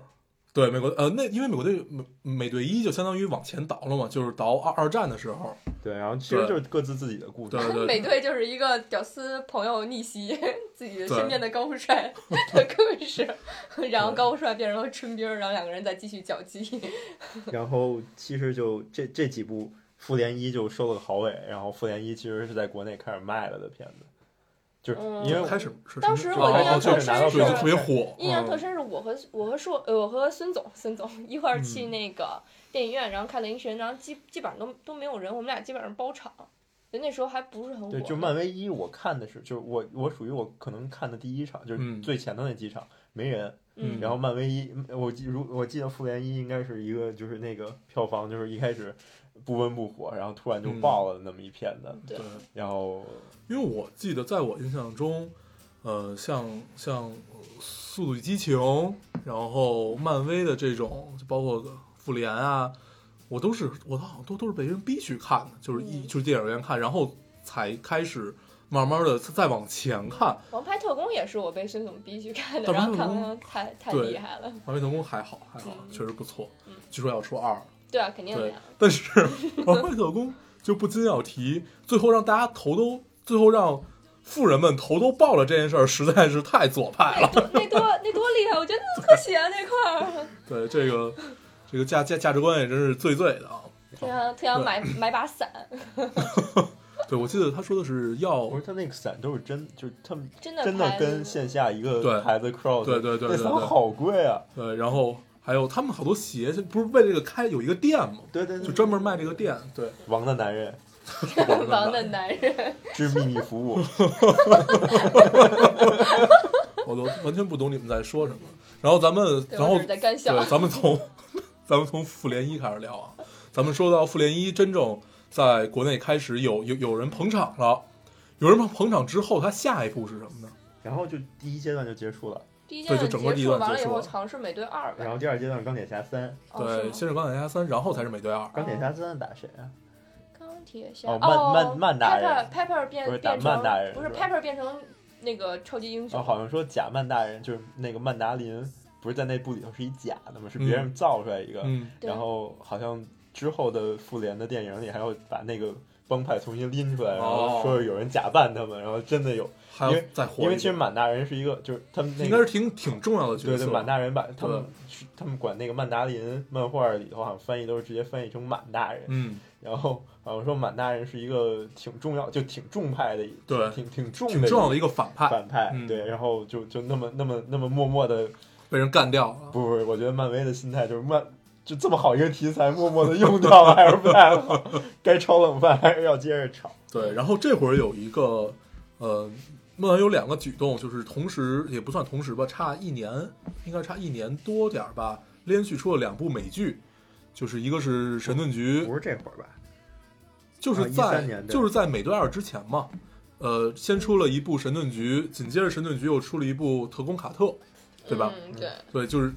Speaker 3: 对，美国呃，那因为美国队美美队一就相当于往前倒了嘛，就是倒二二战的时候，
Speaker 5: 对，然后其实就是各自自己的故事
Speaker 3: 对。对
Speaker 4: 美队就是一个屌丝朋友逆袭自己的
Speaker 3: 对
Speaker 4: 身边的高富帅的 故事，然后高富帅变成了春兵儿，然后两个人再继续搅基。
Speaker 5: 然后其实就这这几部复联一就收了个好尾，然后复联一其实是在国内开始卖了的片子，就是
Speaker 4: 嗯
Speaker 5: 因为我
Speaker 3: 开始是
Speaker 4: 当时
Speaker 3: 哦
Speaker 5: 我印象
Speaker 3: 哦就
Speaker 5: 特深
Speaker 3: 对，就是特别火，
Speaker 4: 印象特
Speaker 3: 嗯
Speaker 4: 深是我和我和硕，呃我和孙总，孙总一块儿
Speaker 3: 嗯
Speaker 4: 去那个电影院，然后看《雷神》，然后基基本上都都没有人，我们俩基本上包场。就那时候还不是很火呢，
Speaker 5: 对，就漫威一我看的是，就是我我属于我可能看的第一场，就
Speaker 3: 嗯
Speaker 5: 是最前头那几场、没人，
Speaker 4: 嗯
Speaker 5: 然后漫威一我记如我记得复联一应该是一个就是那个票房就是一开始不温不火，然后突然就
Speaker 3: 嗯
Speaker 5: 爆了那么一片子，
Speaker 4: 对
Speaker 3: 对。
Speaker 5: 然后
Speaker 3: 因为我记得，在我印象中，呃，像像《速度与激情》，然后漫威的这种，就包括复联啊，我都是我好像都都是被人逼去看的，就是一、
Speaker 4: 嗯
Speaker 3: 就是电影院看，然后才开始慢慢的再往前看。
Speaker 4: 《王牌特工》也是我被孙总逼去看的，
Speaker 3: 但
Speaker 4: 然后
Speaker 3: 王牌
Speaker 4: 看
Speaker 3: 特工
Speaker 4: 完太太
Speaker 3: 对
Speaker 4: 厉害
Speaker 3: 《
Speaker 4: 了，
Speaker 3: 完美特工》还好还好，
Speaker 4: 嗯
Speaker 3: 确实不错
Speaker 4: 嗯。
Speaker 3: 据说要出二，
Speaker 4: 对啊，肯定的
Speaker 3: 对
Speaker 4: 呀。，
Speaker 3: 但是《王牌特工》就不禁要提，最后让大家头都最后让富人们头都爆了这件事儿，实在是太左派了。
Speaker 4: 那多那多厉害，我觉得特写啊那块儿，
Speaker 3: 对这个这个价价价值观也真是醉醉的啊。
Speaker 4: 特想特想买买把伞，
Speaker 3: 对，我记得他说的是要
Speaker 5: 不是他那个伞都是真，就是他们
Speaker 4: 真的
Speaker 5: 真的
Speaker 4: 拍
Speaker 5: 跟线下一
Speaker 3: 对
Speaker 5: 个牌子 cross，
Speaker 3: 对对对对
Speaker 5: 那伞
Speaker 3: 对
Speaker 5: 好贵啊！
Speaker 3: 对，呃然后还有他们好多鞋，不是为这个开有一个店吗？
Speaker 5: 对对
Speaker 3: 就专门卖这个店。 对，
Speaker 5: 王的男人
Speaker 4: 王的男人，
Speaker 5: 之秘密服 务，
Speaker 3: 我都完全不懂你们在说什么。然后咱们，
Speaker 4: 对
Speaker 3: 然后
Speaker 4: 我只是在干笑
Speaker 3: 对，咱们从 咱们从复联一开始聊啊。咱们说到复联一真正在国内开始有有有人捧场了，有人捧场之后，他下一步是什么呢？
Speaker 5: 然后就第一阶段就结束了，
Speaker 4: 第一阶
Speaker 3: 对就
Speaker 4: 段
Speaker 3: 整个第
Speaker 4: 结
Speaker 3: 一
Speaker 4: 束
Speaker 3: 段
Speaker 4: 完了
Speaker 3: 结
Speaker 4: 以
Speaker 3: 束
Speaker 4: 后，
Speaker 3: 了
Speaker 4: 尝试美队二
Speaker 5: 然后
Speaker 4: 吧。
Speaker 5: 第二阶段钢铁侠三，
Speaker 4: 哦
Speaker 3: 对，
Speaker 4: 是
Speaker 3: 先
Speaker 4: 吗
Speaker 3: 是钢铁侠三，然后才是美队二。
Speaker 5: 钢铁侠三打谁啊？
Speaker 4: 钢铁侠
Speaker 5: 哦曼曼曼达人
Speaker 4: p e p p e r 变
Speaker 5: 不是打
Speaker 4: 变成
Speaker 5: 曼达人
Speaker 4: 不是
Speaker 5: 是吧
Speaker 4: Pepper 变成那个超级英
Speaker 5: 哦，
Speaker 4: 雄，
Speaker 5: 好像说假曼大人就是那个曼达林，不是在那部里头是一假的吗？是别人造出来一个，
Speaker 3: 嗯，
Speaker 4: 对
Speaker 5: 然后好像之后的复联的电影里还要把那个帮派重新拎出来，然后说有人假扮他们，然后真的有，
Speaker 3: 还要再哦活一遍。
Speaker 5: 因为其实满大人是一个就是他们那
Speaker 3: 应该是
Speaker 5: 个。
Speaker 3: 挺挺重要的角
Speaker 5: 对
Speaker 3: 色
Speaker 5: 对，，满大人把他们是他们管那个曼达林漫画里头，好像翻译都是直接翻译成满大人，
Speaker 3: 嗯，
Speaker 5: 然后好像说满大人是一个挺重要，就挺重派的，
Speaker 3: 对
Speaker 5: 挺挺重
Speaker 3: 挺
Speaker 5: 的
Speaker 3: 重要的
Speaker 5: 一
Speaker 3: 一个反
Speaker 5: 个
Speaker 3: 派
Speaker 5: 反派，
Speaker 3: 嗯
Speaker 5: 对，然后就就那么那么那么默默的，
Speaker 3: 被人干掉了。
Speaker 5: 不不，我觉得漫威的心态就是漫，就这么好一个题材，默默的用掉了还是不太好， 该炒冷饭还是要接着炒，
Speaker 3: 对，然后这会儿有一个，呃，漫威有两个举动，就是同时也不算同时吧，差一年，应该差一年多点儿吧，连续出了两部美剧，就是一个是《神盾局》，
Speaker 5: 是这会儿吧？
Speaker 3: 就是
Speaker 5: 啊
Speaker 3: 在、
Speaker 5: 13年对
Speaker 3: 就是在美队二之前嘛，呃，先出了一部《神盾局》，紧接着《神盾局》又出了一部《特工卡特》，对吧？
Speaker 4: 嗯，对。
Speaker 3: 对，就是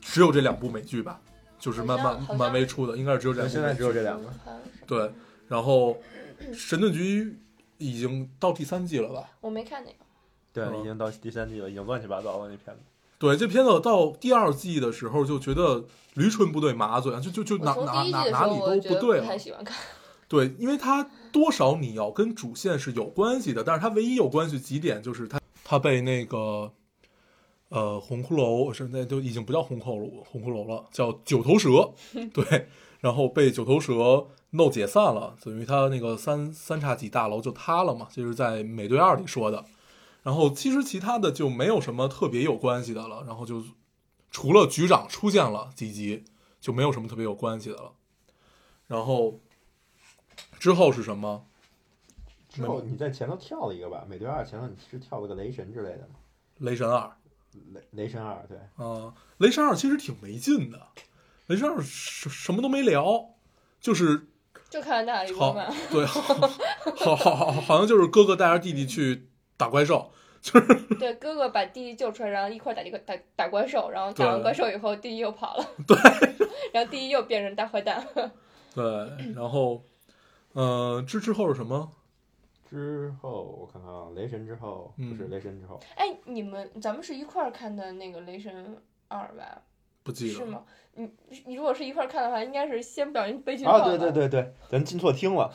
Speaker 3: 只有这两部美剧吧，就是
Speaker 4: 好
Speaker 3: 漫
Speaker 4: 像好
Speaker 3: 漫
Speaker 4: 像
Speaker 3: 漫威出的，应该是只有这两部美剧。
Speaker 5: 有这
Speaker 4: 嗯，好像是
Speaker 3: 对，然后《神盾局》已经到第三季了吧？
Speaker 4: 我没看那个，
Speaker 5: 对
Speaker 3: 嗯，
Speaker 5: 已经到第三季了，已经乱七八糟了那片子。
Speaker 3: 对，这片子到第二季的时候就觉得驴唇不对马嘴，啊就就就
Speaker 4: 我
Speaker 3: 哪
Speaker 4: 从
Speaker 3: 哪
Speaker 4: 第一
Speaker 3: 哪
Speaker 4: 季的时
Speaker 3: 哪
Speaker 4: 候
Speaker 3: 里
Speaker 4: 我
Speaker 3: 都
Speaker 4: 觉得
Speaker 3: 对
Speaker 4: 不
Speaker 3: 了
Speaker 4: 太。喜欢看，
Speaker 3: 对，因为它多少你要跟主线是有关系的，但是它唯一有关系几点就是它它被那个呃红骷髅是那都已经不叫红骷髅红骷髅了，叫九头蛇，对，然后被九头蛇弄解散了，等于它那个三三叉戟大楼就塌了嘛，这是在美队二里说的。然后其实其他的就没有什么特别有关系的了，然后就除了局长出现了几集，就没有什么特别有关系的了。然后之后是什么？
Speaker 5: 之后你在前头跳了一个吧，美队二前头你是跳了个雷神之类的吗？
Speaker 3: 雷神二
Speaker 5: 雷雷神二对，
Speaker 3: 啊、雷神二其实挺没劲的，雷神二什什么都没聊，就是
Speaker 4: 就看大力波
Speaker 3: 好
Speaker 4: 曼。
Speaker 3: 对，好好好好好像就是哥哥带着弟弟去打怪兽，
Speaker 4: 对，哥哥把弟弟救出来，然后一块儿打一个打打怪兽，然后打完
Speaker 3: 对
Speaker 4: 怪兽以后，弟弟又跑了，对， 然后弟弟又变成大坏蛋，
Speaker 3: 对，然后呃之之后是什么？
Speaker 5: 之后我看看啊，雷神之后
Speaker 3: 嗯
Speaker 5: 不是雷神之后，
Speaker 4: 哎，你们咱们是一块儿看的那个《雷神二》吧？
Speaker 3: 不记得
Speaker 4: 是
Speaker 3: 了。
Speaker 4: 吗？你你如果是一块儿看的话，应该是先不小心悲剧
Speaker 5: 啊
Speaker 4: 爆
Speaker 5: 对
Speaker 4: 了
Speaker 5: 对，对对，咱进错厅了，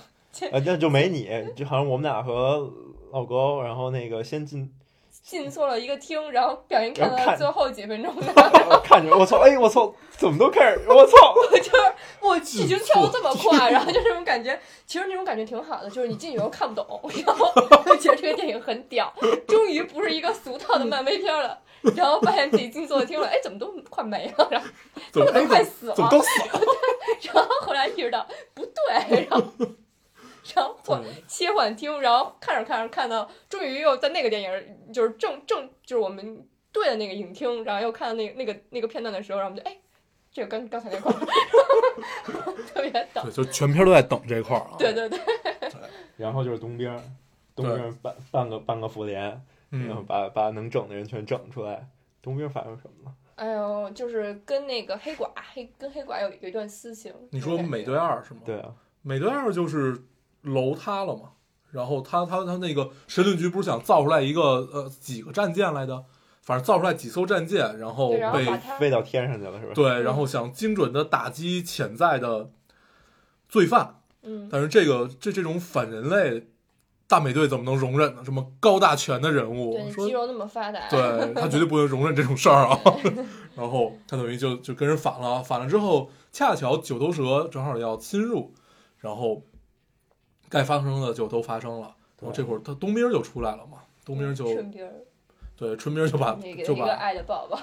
Speaker 5: 呃那就没你，就好像我们俩和老高，然后那个先进，
Speaker 4: 进错了一个厅，然后不小心看
Speaker 5: 然后
Speaker 4: 到
Speaker 5: 看
Speaker 4: 最后几 分钟的，
Speaker 5: 看着我操，哎我操，怎么都开始我操，
Speaker 4: 我就是我剧情
Speaker 3: 进错
Speaker 4: 跳得这么快，然后就这种感觉，其实那种感觉挺好的，就是你进去以后看不懂，然 后就觉得这个电影很屌，终于不是一个俗套的漫威片了，然后发现自己进错了厅了，哎，怎么都快没了，然后
Speaker 3: 怎么
Speaker 4: 都
Speaker 3: 哎
Speaker 4: 快死
Speaker 3: 怎么
Speaker 4: 了，
Speaker 3: 都死了？
Speaker 4: 然后后来意识到不对，然后。然后换
Speaker 3: 对
Speaker 4: 切换厅，然后看着看着看到，终于又在那个电影，就是正正就是我们对的那个影厅，然后又看到那个那个那个片段的时候，然后我们就哎，这个跟刚才那块儿 特别逗。
Speaker 3: 对，就全片都在等这块儿啊。
Speaker 4: 对，对对，
Speaker 5: 然后就是东边儿，东边儿办办个办个复联，然后
Speaker 3: 嗯，
Speaker 5: 把把能整的人全整出来。东边儿发生什么了？
Speaker 4: 哎呦，就是跟那个黑寡黑跟黑寡有有一段私情。
Speaker 3: 你说美队二是吗？，
Speaker 5: 对啊，
Speaker 3: 美队二就是楼塌了嘛，然后他他他那个神盾局不是想造出来一个呃几个战舰来的，反正造出来几艘战舰，然后
Speaker 4: 对，然后
Speaker 3: 被
Speaker 4: 把他
Speaker 5: 喂到天上去了是 吧？
Speaker 3: 对，然后想精准的打击潜在的罪犯，
Speaker 4: 嗯
Speaker 3: 但是这个这这种反人类，大美队怎么能容忍呢？这么高大全的人物，
Speaker 4: 对
Speaker 3: 说
Speaker 4: 肌肉那么发达，
Speaker 3: 对他绝对不能容忍这种事儿啊。 然后他等于就就跟人反了，反了之后，恰巧九头蛇正好要侵入，然后该发生的就都发生了。然后这会儿他冬兵就出来了嘛，冬兵就
Speaker 4: 顺便儿
Speaker 3: 对春兵就把
Speaker 4: 你给他
Speaker 3: 就
Speaker 4: 一个
Speaker 3: 把
Speaker 4: 爱的抱 抱，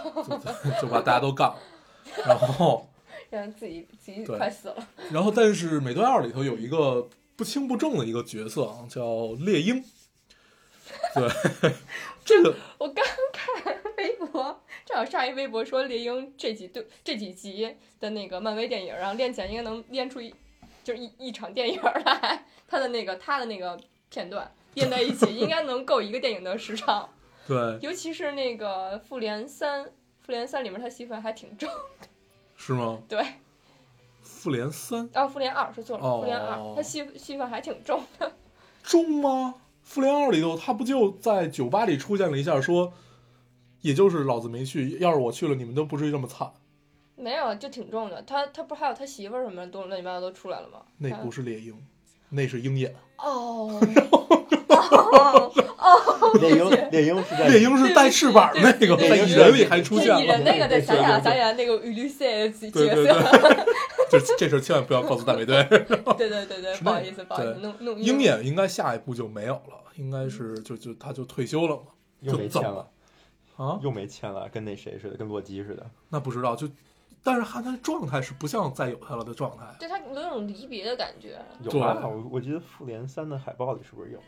Speaker 3: 就把大家都干了，然后。
Speaker 4: 让自己自己
Speaker 3: 对
Speaker 4: 快死了。
Speaker 3: 然后，但是《美队二》里头有一个不清不正的一个角色啊，叫猎鹰。对，这个
Speaker 4: 我刚看微博，正好上一微博说猎鹰这几对这几集的那个漫威电影，然后练起来应该能练出一就是一一场电影儿来，他的那个他的那个片段练在一起，应该能够一个电影的时长。
Speaker 3: 对
Speaker 4: 尤其是那个复联三，复联三里面他戏份还挺重。
Speaker 3: 是吗？
Speaker 4: 对，
Speaker 3: 复联三
Speaker 4: 啊，复联二说错了，
Speaker 3: 哦
Speaker 4: 复联二他戏戏份还挺重。
Speaker 3: 中吗？复联二里头，他不就在酒吧里出现了一下，说，也就是老子没去，要是我去了，你们都不至于这么惨。
Speaker 4: 没有，就挺重的。他他不还有他媳妇儿什么的都乱七八糟都出来了吗？
Speaker 3: 那
Speaker 4: 他
Speaker 3: 不是猎鹰，那是鹰眼。
Speaker 4: 哦，哦，
Speaker 5: 猎鹰，猎鹰是在
Speaker 3: 猎鹰是带翅膀那个，在
Speaker 5: 对对
Speaker 3: 蚁
Speaker 5: 对
Speaker 3: 人里还出
Speaker 4: 这
Speaker 3: 现
Speaker 4: 蚁人
Speaker 3: 了。
Speaker 4: 那个得想
Speaker 5: 对对
Speaker 4: 想
Speaker 5: 对
Speaker 4: 想想那个雨绿色角
Speaker 3: 对对
Speaker 4: 色，
Speaker 3: 对， 就这事儿千万不要告诉大美队。
Speaker 4: 对对对对，
Speaker 3: 是那
Speaker 4: 不好
Speaker 3: 个
Speaker 4: 意思不好意思，
Speaker 3: 对
Speaker 4: 弄弄
Speaker 3: 鹰眼应该下一步就没有了，应该是就就他就退休了嘛？
Speaker 5: 又没
Speaker 3: 就怎
Speaker 5: 签
Speaker 3: 么
Speaker 5: 了，
Speaker 3: 啊，
Speaker 5: 又没签了，跟那谁似的，跟洛基似的。
Speaker 3: 那不知道就，但是他他状态是不像再有他了的状态。
Speaker 4: 对他有那种离别的感觉，
Speaker 5: 有
Speaker 3: 对
Speaker 5: 啊，我我记得复联三的海报里是不是有？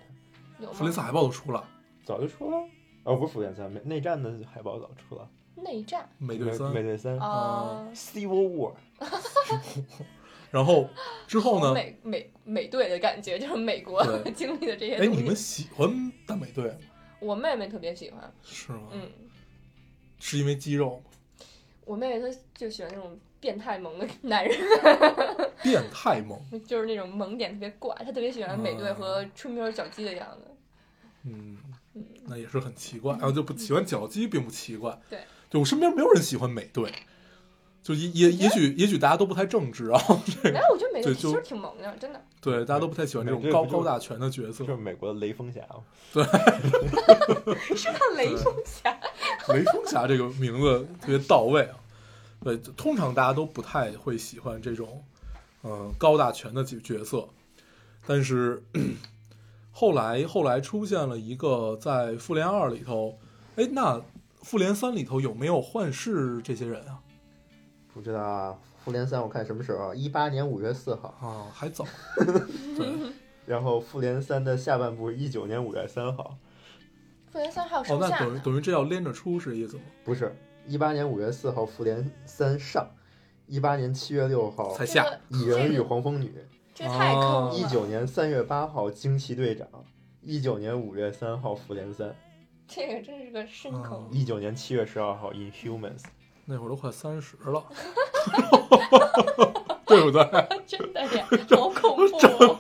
Speaker 4: 有
Speaker 3: 弗林斯
Speaker 4: 吗？
Speaker 3: 海报都出了，
Speaker 5: 早就出了。哦，不是复联三，美内战的海报早出了。
Speaker 4: 内战
Speaker 3: 美队三
Speaker 5: 美，队三
Speaker 4: 啊，
Speaker 5: ，Civil War，
Speaker 3: 然后之后呢？
Speaker 4: 美美美队的感觉就是美国
Speaker 3: 对
Speaker 4: 经历的这些
Speaker 3: 哎，你
Speaker 4: 东
Speaker 3: 们
Speaker 4: 西。
Speaker 3: 喜欢大美队吗
Speaker 4: 我妹妹特别喜欢，
Speaker 3: 是吗？
Speaker 4: 嗯，
Speaker 3: 是因为肌肉吗？
Speaker 4: 我妹妹她就喜欢那种变态萌的男人。
Speaker 3: 变态萌，
Speaker 4: 就是那种萌点特别怪，他特别喜欢美队
Speaker 3: 嗯
Speaker 4: 和春苗小鸡的样子。
Speaker 3: 嗯，那也是很奇怪。然后就不喜欢脚鸡并不奇怪，
Speaker 4: 对，
Speaker 3: 就我身边没有人喜欢美队，就也也也许也许大家都不太正直啊，
Speaker 4: 没有，我觉得美队
Speaker 3: 对
Speaker 4: 其
Speaker 3: 就
Speaker 4: 实挺萌的，真的。
Speaker 3: 对，大家都不太喜欢这种
Speaker 5: 美队
Speaker 3: 高
Speaker 5: 不就
Speaker 3: 高大全的角色
Speaker 5: 就。是美国的雷锋侠嘛。
Speaker 4: 是看雷声侠，
Speaker 3: 雷锋侠这个名字特别到位啊。对，通常大家都不太会喜欢这种，呃，高大全的角角色，但是 后来后来出现了一个在复联二里头，哎，那复联三里头有没有幻视这些人啊？
Speaker 6: 不知道啊，复联三我看什么时候？啊一八年五月四号。
Speaker 3: 啊，还早，对，
Speaker 5: 然后复联三的下半部，一九年五月三号，
Speaker 4: 复联三还有
Speaker 3: 哦，
Speaker 4: 上
Speaker 3: 那
Speaker 4: 下
Speaker 3: 等于
Speaker 4: 呢，
Speaker 3: 等于这要连着出是意思吗？
Speaker 6: 不是，一八年五月四号复联三上，一八年七月六号
Speaker 3: 才
Speaker 4: 这
Speaker 3: 下，
Speaker 4: 个
Speaker 6: 蚁人与黄蜂女，
Speaker 4: 这个太坑
Speaker 3: 哦
Speaker 4: 了。
Speaker 6: 一九年三月八号惊奇队长，
Speaker 5: 一九年五月三号复联三，
Speaker 4: 这个真是个深坑
Speaker 3: 嗯。
Speaker 5: 一九年七月十二号 Inhumans，
Speaker 3: 那会儿都快三十了， 对不对？
Speaker 4: 真的 呀，好恐怖！哦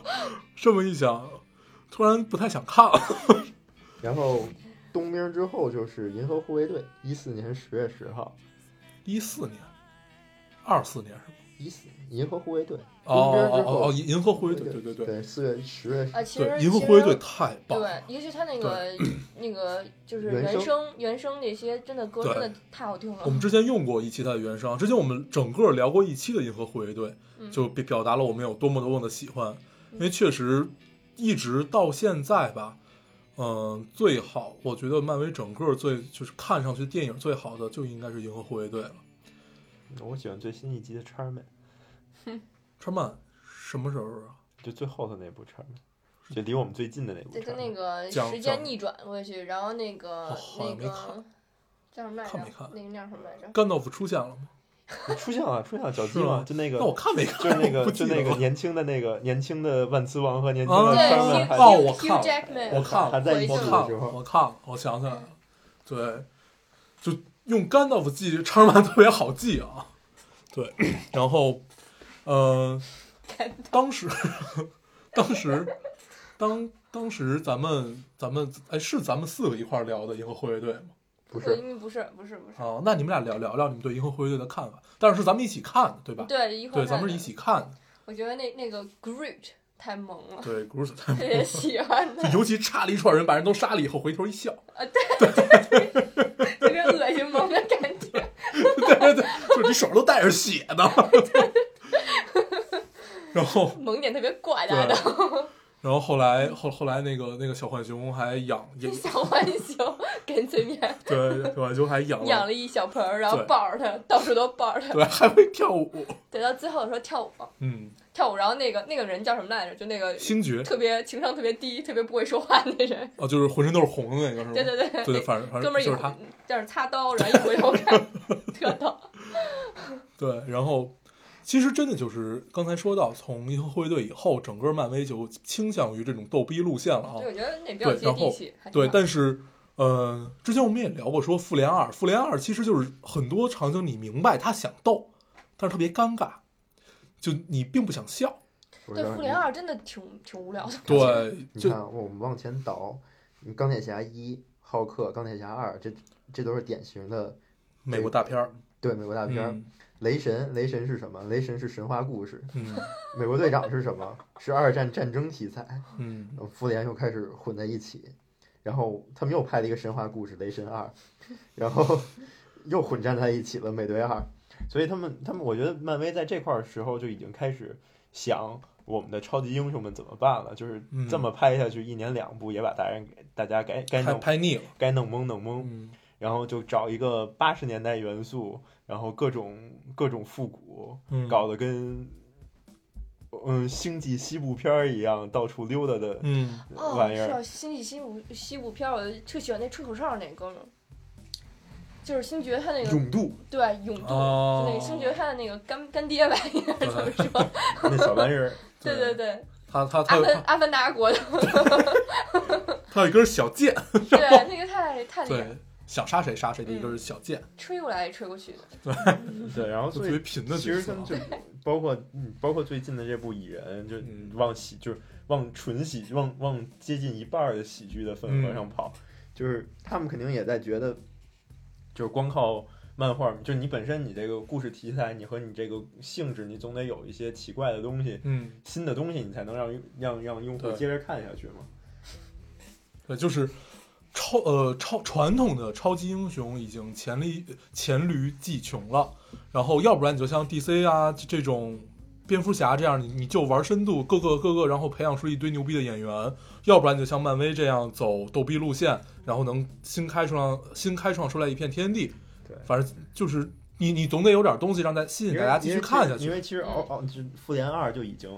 Speaker 3: 这么一想，突然不太想看了。
Speaker 6: 然后冬兵之后就是银河护卫队，
Speaker 5: 一四年十月十号，
Speaker 3: 一四年，二四年是吗？
Speaker 6: 一四银河护卫队，
Speaker 3: 哦
Speaker 6: 边
Speaker 3: 哦
Speaker 6: 之后
Speaker 3: 哦哦，银银河护卫队，对对对
Speaker 6: 对，四月十月
Speaker 4: 啊，其实
Speaker 3: 对，银河护卫队
Speaker 4: 其实
Speaker 3: 太棒了
Speaker 4: 对，，尤其他 那个那个就是
Speaker 6: 原
Speaker 4: 原
Speaker 6: 声
Speaker 4: 声原声那些，真的歌
Speaker 3: 对
Speaker 4: 真的太好听了
Speaker 3: 我。们之前用过一期它的原声，之前我们整个聊过一期的银河护卫队，
Speaker 4: 嗯
Speaker 3: 就表表达了我们有多么多么的喜欢，因为确实一直到现在吧，嗯、最好我觉得漫威整个最就是看上去电影最好的就应该是银河护卫队了。
Speaker 5: 我喜欢最新一集的 Charman，
Speaker 3: 川漫什么时候啊？
Speaker 5: 就最后头那部 Charman，就离我们最近的那部
Speaker 4: 对，跟
Speaker 5: Charman，
Speaker 4: 那个
Speaker 3: 讲
Speaker 4: 时间
Speaker 3: 讲
Speaker 4: 逆转过去，然后那
Speaker 3: 哦
Speaker 4: 个
Speaker 3: 好
Speaker 4: 那
Speaker 3: 像没
Speaker 4: 个
Speaker 3: 看
Speaker 4: 叫什么来着
Speaker 3: 看没看？
Speaker 4: 那个叫什么来着？
Speaker 3: 甘道夫出现了吗？
Speaker 5: 出现了出现了脚
Speaker 3: 是
Speaker 5: 鸡
Speaker 3: 吗
Speaker 5: 嘛，就那个
Speaker 3: 那我看没看？
Speaker 5: 就是那
Speaker 3: 我不
Speaker 5: 个，
Speaker 3: 记
Speaker 5: 就
Speaker 3: 得
Speaker 5: 那个
Speaker 3: 了
Speaker 5: 年轻的那个年轻的万磁王和年轻
Speaker 3: 啊
Speaker 5: 的
Speaker 4: 对
Speaker 3: 哦
Speaker 5: 川本
Speaker 4: ，Hugh
Speaker 5: 还
Speaker 3: 哦我
Speaker 4: Hugh
Speaker 3: 看了
Speaker 4: Hugh Jackman，
Speaker 3: 我看了
Speaker 5: 还在一起
Speaker 4: 回去
Speaker 3: 我
Speaker 5: 的
Speaker 4: 了
Speaker 3: 看
Speaker 5: 时
Speaker 3: 了，
Speaker 5: 候
Speaker 3: 我看了，我想起来了，对，就用甘道夫记这叉 曼特别好记啊。对，然后，呃， 当时，当时，当当时咱们咱们哎是咱们四个一块儿聊的银河护卫队吗？
Speaker 6: 不
Speaker 4: 我
Speaker 6: 是，
Speaker 4: 因为不是不是不是，
Speaker 3: 啊，那你们俩聊聊聊你们对银河护卫队的看法，但是是咱们一起看的对吧？
Speaker 4: 对一块
Speaker 3: 对，
Speaker 4: 儿
Speaker 3: 咱
Speaker 4: 看
Speaker 3: 们
Speaker 4: 的
Speaker 3: 是一起看的。
Speaker 4: 我觉得那那个 Groot 太萌了，
Speaker 3: 对 g r o o t 他
Speaker 4: 特 别喜欢他，
Speaker 3: 尤其插了一串人，把人都杀了以后，回头一笑，
Speaker 4: 特别恶心萌的感觉。
Speaker 3: 对对对， 就是你手上都带着血呢。 然后，
Speaker 4: 萌点特别怪，啊
Speaker 3: 对啊
Speaker 4: 大家，
Speaker 3: 然后后来后后来那个那个小浣熊还养也
Speaker 4: 都小浣熊跟随面
Speaker 3: 对小浣熊还养
Speaker 4: 养
Speaker 3: 了
Speaker 4: 了一小盆儿，然后
Speaker 3: 对
Speaker 4: 抱着它，到处都抱着它，
Speaker 3: 对还会跳舞，
Speaker 4: 对，到最后的时候跳舞，
Speaker 3: 嗯，
Speaker 4: 跳舞，然后那个那个人叫什么来着？就那个
Speaker 3: 星爵
Speaker 4: 特别情商特别低、特别不会说话那人，
Speaker 3: 啊，就是浑身都是红的那个是吗？
Speaker 4: 对对对，
Speaker 3: 嗯对对，反正反
Speaker 4: 哥
Speaker 3: 正
Speaker 4: 们儿一
Speaker 3: 就是
Speaker 4: 回
Speaker 3: 他，
Speaker 4: 就是擦刀，然后一回头 看，特逗。
Speaker 3: 哦对，然后其实真的就是刚才说到，从银河护卫队以后，整个漫威就倾向于这种逗逼路线了啊
Speaker 4: 对，。我觉得那比较
Speaker 3: 对
Speaker 4: 接
Speaker 3: 然后
Speaker 4: 地气，还挺
Speaker 3: 对，
Speaker 4: 好
Speaker 3: 但是呃，之前我们也聊过，说复联二，复联二其实就是很多场景你明白他想逗，但是特别尴尬，就你并不想笑。
Speaker 6: 我
Speaker 4: 对
Speaker 6: 告诉
Speaker 4: 复
Speaker 6: 你
Speaker 4: 联二真的挺挺无聊的。
Speaker 3: 对，
Speaker 6: 你
Speaker 3: 就
Speaker 6: 看啊，我们往前倒，你钢铁侠一、浩克、钢铁侠二，这这都是典型的
Speaker 3: 美国大片儿，
Speaker 6: 对美国大片儿。
Speaker 3: 嗯
Speaker 6: 雷神，雷神是什么？雷神是神话故事。
Speaker 3: 嗯
Speaker 6: 美国队长是什么？是二战战争题材。
Speaker 3: 嗯，
Speaker 6: 呃复联又开始混在一起，然后他们又拍了一个神话故事《雷神二》，然 后又混战在一起了《美队二》。
Speaker 5: 所以他们他们，我觉得漫威在这块儿时候就已经开始想我们的超级英雄们怎么办了，就是
Speaker 3: 嗯
Speaker 5: 这么拍下去，一年两部也把大家给大家该该
Speaker 3: 拍
Speaker 5: 弄
Speaker 3: 拍腻了，
Speaker 5: 该弄懵弄懵，
Speaker 3: 嗯，
Speaker 5: 然后就找一个八十年代元素，然后各种各种复古，
Speaker 3: 嗯
Speaker 5: 搞得跟嗯星际西部片儿一样到处溜 达的
Speaker 3: 嗯，
Speaker 4: 哦，
Speaker 5: 玩意
Speaker 4: 是
Speaker 5: 儿。
Speaker 4: 啊，星际西部西部片儿，我特喜欢那吹口哨那哥们儿，就是星爵他那个
Speaker 5: 勇度
Speaker 4: 对勇度，
Speaker 3: 哦
Speaker 4: 就那个星爵他的那个干干爹吧，应该是怎么说？
Speaker 5: 那小玩意儿，
Speaker 4: 对对对，
Speaker 3: 他他他
Speaker 4: 阿
Speaker 3: 有
Speaker 4: 凡
Speaker 3: 他
Speaker 4: 阿凡达国的，
Speaker 3: 他有一根小剑，
Speaker 4: 对那个太太厉害了，
Speaker 3: 对，想杀谁杀谁的一根小剑，
Speaker 4: 吹过来也吹过去的，
Speaker 5: 对，然后
Speaker 3: 就
Speaker 5: 所
Speaker 3: 特
Speaker 5: 以
Speaker 3: 别贫的
Speaker 5: 其
Speaker 3: 角
Speaker 5: 实
Speaker 3: 色啊
Speaker 5: 他们就包括嗯包括最近的这部《蚁人》，就
Speaker 3: 嗯
Speaker 5: 往喜就是往纯喜往往接近一半儿的喜剧的份额
Speaker 3: 嗯
Speaker 5: 上跑，就是他们肯定也在觉得，就是光靠漫画，就你本身你这个故事题材，你和你这个性质，你总得有一些奇怪的东西，
Speaker 3: 嗯。
Speaker 5: 新的东西，你才能让让让用户
Speaker 3: 对
Speaker 5: 接着看下去嘛。
Speaker 3: 对，呃就是超呃超传统的超级英雄已经黔驴黔驴技穷了，然后要不然你就像 DC 啊这这种蝙蝠侠这样，你你就玩深度，各个各个，然后培养出一堆牛逼的演员；要不然你就像漫威这样走逗逼路线，然后能新开创新开创出来一片天地。
Speaker 5: 对
Speaker 3: 反正就是你你总得有点东西让大 吸引
Speaker 5: 因为
Speaker 3: 大家继续看下去
Speaker 5: 因。为其实因为其实
Speaker 4: 嗯
Speaker 5: 哦哦，就复联二就已经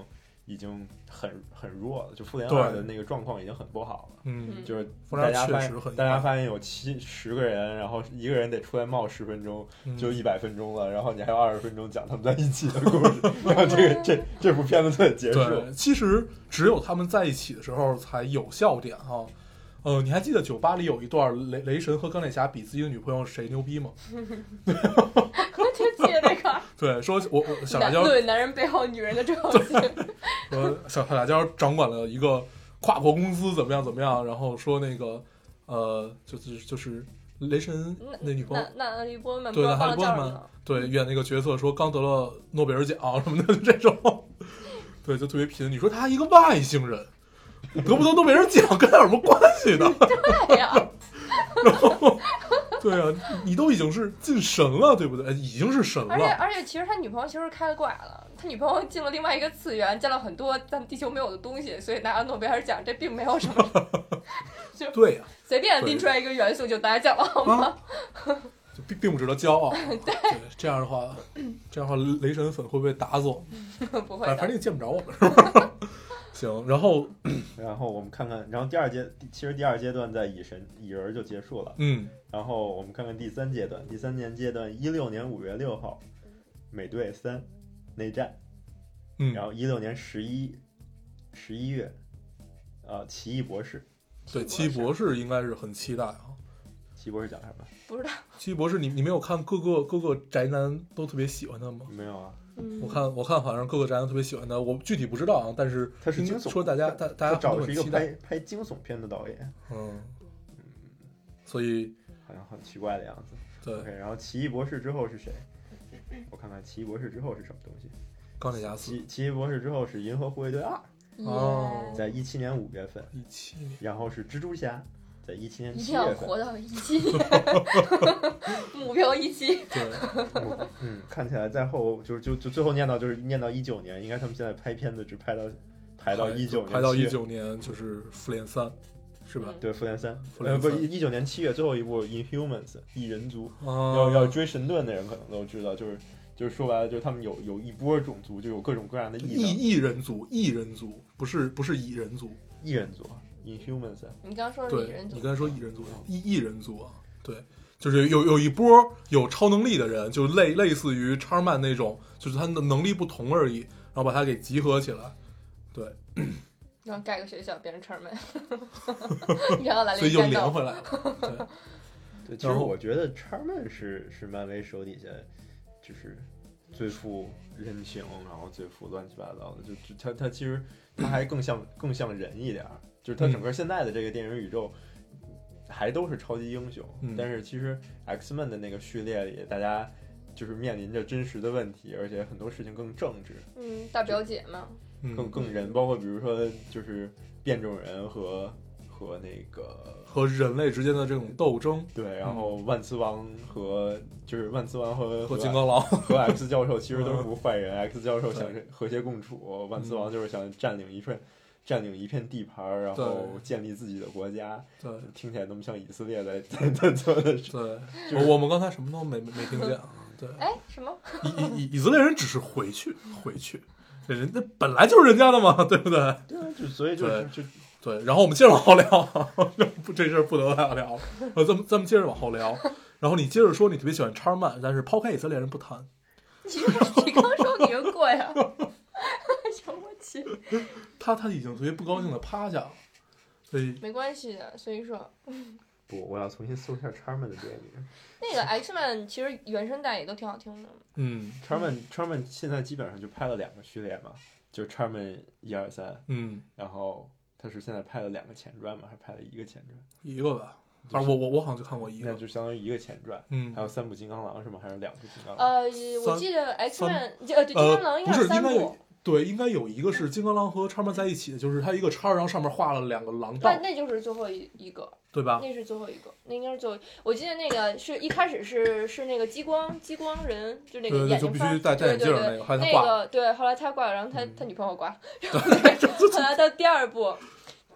Speaker 5: 已经很很弱了，就复联二
Speaker 3: 对
Speaker 5: 的那个状况已经很不好了。
Speaker 3: 嗯，
Speaker 5: 就是
Speaker 3: 复联
Speaker 5: 大
Speaker 3: 二
Speaker 5: 家
Speaker 3: 确
Speaker 5: 发
Speaker 3: 实很
Speaker 5: 现，
Speaker 3: 一
Speaker 5: 大家
Speaker 3: 般
Speaker 5: 发现有七十个人，然后一个人得出来冒十分钟，
Speaker 3: 嗯
Speaker 5: 就一百分钟了，然后你还有二十分钟讲他们在一起的故事， 然后这个这这部片子就得结束
Speaker 3: 对，。其实只有他们在一起的时候才有笑点哈、呃，你还记得酒吧里有一段雷雷神和钢铁侠比自己的女朋友谁牛逼吗？
Speaker 4: 我就记得那个
Speaker 3: 对，说我我小辣
Speaker 4: 男
Speaker 3: 椒
Speaker 4: 论男人背后女人的重要性，
Speaker 3: 说小小辣椒掌管了一个跨国公司怎么样怎么样，然后说那个呃，就是就是雷神
Speaker 4: 那
Speaker 3: 那女朋友
Speaker 4: 那那一波曼
Speaker 3: 对
Speaker 4: 不知道
Speaker 3: 那哈
Speaker 4: 忘
Speaker 3: 利
Speaker 4: 了
Speaker 3: 波
Speaker 4: 叫
Speaker 3: 特
Speaker 4: 什么
Speaker 3: 曼
Speaker 4: 了。
Speaker 3: 对演那个角色说刚得了诺贝尔奖什么的这种，对就特别贫。你说他一个外星人得不得诺贝尔奖跟他有什么关系呢？
Speaker 4: 对呀，
Speaker 3: 对啊，你都已经是进神了，对不对？已经是神
Speaker 4: 而且
Speaker 3: 了，
Speaker 4: 而且，其实他女朋友其实开了挂了，他女朋友进了另外一个次元，见了很多咱们地球没有的东西，所以拿了诺贝尔奖，这并没有什么
Speaker 3: 对呀、
Speaker 4: 随便拎出来一个元素就拿奖了，好
Speaker 3: 啊，
Speaker 4: 吗？
Speaker 3: 就并并不值得骄傲。 对，这样的话，这样的话，雷神粉会不会打死我们？
Speaker 4: 不会
Speaker 3: 反
Speaker 4: 的
Speaker 3: 正，也 见不着我们，是吧？ 行，然后
Speaker 5: 然后我们看看，然后第二阶，其实第二阶段在蚁神蚁人就结束了，
Speaker 3: 嗯，
Speaker 5: 然后我们看看第三阶段，第三年阶段一六年五月六号，美队三内战，
Speaker 3: 嗯
Speaker 5: 然后一六年十一十一月，呃，奇异博士。
Speaker 3: 对，奇异博士应该是很期待啊。
Speaker 5: 西博是讲啥吧？
Speaker 4: 不知道，
Speaker 3: 奇异博士，你你没有看各个各个宅男都特别喜欢他吗？
Speaker 5: 没有啊，
Speaker 4: 嗯
Speaker 3: 我看我看好像各个宅男特别喜欢他，我具体不知道啊，但是
Speaker 5: 他是
Speaker 3: 听
Speaker 5: 惊悚
Speaker 3: 说大家大大
Speaker 5: 他
Speaker 3: 家
Speaker 5: 找
Speaker 3: 都
Speaker 5: 的是
Speaker 3: 很
Speaker 5: 一个
Speaker 3: 期
Speaker 5: 拍
Speaker 3: 待，
Speaker 5: 拍惊悚片的导演，
Speaker 3: 嗯，所以
Speaker 5: 好像很奇怪的样子。
Speaker 3: 对
Speaker 5: OK，然后奇异博士之后是谁？我看看奇异博士之后是什么东西？
Speaker 3: 钢铁侠四
Speaker 5: 奇奇异博士之后是银河护卫队二，
Speaker 3: 哦
Speaker 5: 在一七年五月份，
Speaker 3: 一七年，
Speaker 5: 然后是蜘蛛侠，在一七年
Speaker 4: 一
Speaker 5: 七
Speaker 4: 定要
Speaker 5: 月份。
Speaker 4: 活到一七年， 目标一期。
Speaker 3: 对，
Speaker 5: 嗯，看起来在后就是就就最后念到就是念到一九年，应该他们现在拍片子只拍到排到一九年，
Speaker 3: 排到一，九年就是复联三，是吧？
Speaker 5: 对，复联三，
Speaker 3: 复
Speaker 5: 呃
Speaker 3: 联
Speaker 5: 不
Speaker 3: 三
Speaker 5: 一九年七月最后一部《Inhumans》异人族，
Speaker 4: 嗯
Speaker 3: 啊，
Speaker 5: 要要追神盾的人可能都知道，就是就是说白了就是他们有有一波种族，就有各种各样的异能
Speaker 3: 异异人族，异人族不是不是蚁人族，
Speaker 5: 异人族 Inhumans，啊
Speaker 4: 你刚说是蚁
Speaker 3: 对
Speaker 4: 人
Speaker 3: 你
Speaker 4: 族，
Speaker 3: 刚才说异人族，异异人族啊，对，就是有有一波有超能力的人，就类类似于超人曼那种，就是他的能力不同而已，然后把他给集合起来，对，
Speaker 4: 然后盖个学校变成城门， 然后来了
Speaker 3: 所
Speaker 4: 一
Speaker 3: 以又
Speaker 4: 战
Speaker 3: 连
Speaker 4: 斗。
Speaker 3: 回来 了。对，
Speaker 5: 对，其实
Speaker 3: 然后
Speaker 5: 我觉得 Charman 是是漫威手底下就是最富人情，然后最富乱七八糟的，就就他他其实他还更像更像人一点儿，就是他
Speaker 3: 嗯
Speaker 5: 整个现在的这个电影宇宙。还都是超级英雄，
Speaker 3: 嗯
Speaker 5: 但是其实 X Men 的那个序列里，大家就是面临着真实的问题，而且很多事情更政治、
Speaker 4: 嗯，大表姐嘛，
Speaker 5: 更
Speaker 3: 嗯，
Speaker 5: 更人，包括比如说就是变种人和和那个
Speaker 3: 和人类之间的这种斗争
Speaker 5: 对，然后万磁王和就是万磁王和
Speaker 3: 和金刚嗯狼，
Speaker 5: 和 X 教授其实都是不坏人，X 教授想和谐共处，万磁
Speaker 3: 嗯
Speaker 5: 王就是想占领一片占领一片地盘儿，然后
Speaker 3: 对
Speaker 5: 建立自己的国家，
Speaker 3: 对
Speaker 5: 听起来那么像以色列在在在做的事。
Speaker 3: 对，我我们刚才什么都没没没听见啊， 对。
Speaker 4: 哎，什么？
Speaker 3: 以以以以色列人只是回去回去，这人家本来就是人家的嘛， 对不对？
Speaker 5: 对啊，就所以就是就
Speaker 3: 对，然后我们接着往后聊， 不这事儿不能再聊了，呃，咱们咱们接着往后聊。然后你接着说你特别喜欢叉曼，但是抛开以色列人不谈，
Speaker 4: 你你刚说你又过呀？ 什么气？
Speaker 3: 他他已经特别不高兴的趴下了，所以
Speaker 4: 没关系的，所以说
Speaker 5: 不，我要重新搜一下 Charman 的电影。
Speaker 4: 那个 X Man 其实原声带也都挺好听的。
Speaker 3: 嗯
Speaker 5: Charman Charman 现在基本上就拍了两个序列嘛，就是 Charman 一二三，
Speaker 3: 嗯
Speaker 5: 然后他是现在拍了两个前传嘛，还拍了一个前传，
Speaker 3: 一个吧，反正我我我好像就看过一
Speaker 5: 那
Speaker 3: 个，
Speaker 5: 就相当于一个前传。
Speaker 3: 嗯
Speaker 5: 还有三部金刚狼是吗？还是两部金刚狼？
Speaker 4: 呃，
Speaker 3: 三
Speaker 4: 我记得 X Man 呃，对，金刚狼应该
Speaker 3: 不是
Speaker 4: 三
Speaker 3: 应该
Speaker 4: 部
Speaker 3: 有，对应该有一个是金刚狼和叉曼在一起的，就是他一个叉，然后上面画了两个狼道
Speaker 4: 那，那就是最后一一个。
Speaker 3: 对吧？
Speaker 4: 那是最后一个，那应该是最后一。我记得那个是一开始是是那个激光激光人，就那
Speaker 3: 对
Speaker 4: 个
Speaker 3: 对
Speaker 4: 眼
Speaker 3: 就
Speaker 4: 睛
Speaker 3: 必
Speaker 4: 发
Speaker 3: 须戴戴眼镜儿那个
Speaker 4: 对对
Speaker 3: 还
Speaker 4: 对，
Speaker 3: 得
Speaker 4: 那
Speaker 3: 挂
Speaker 4: 个对，后来他挂了，然后他
Speaker 3: 嗯
Speaker 4: 他女朋 友挂，然后那个后来到第二部，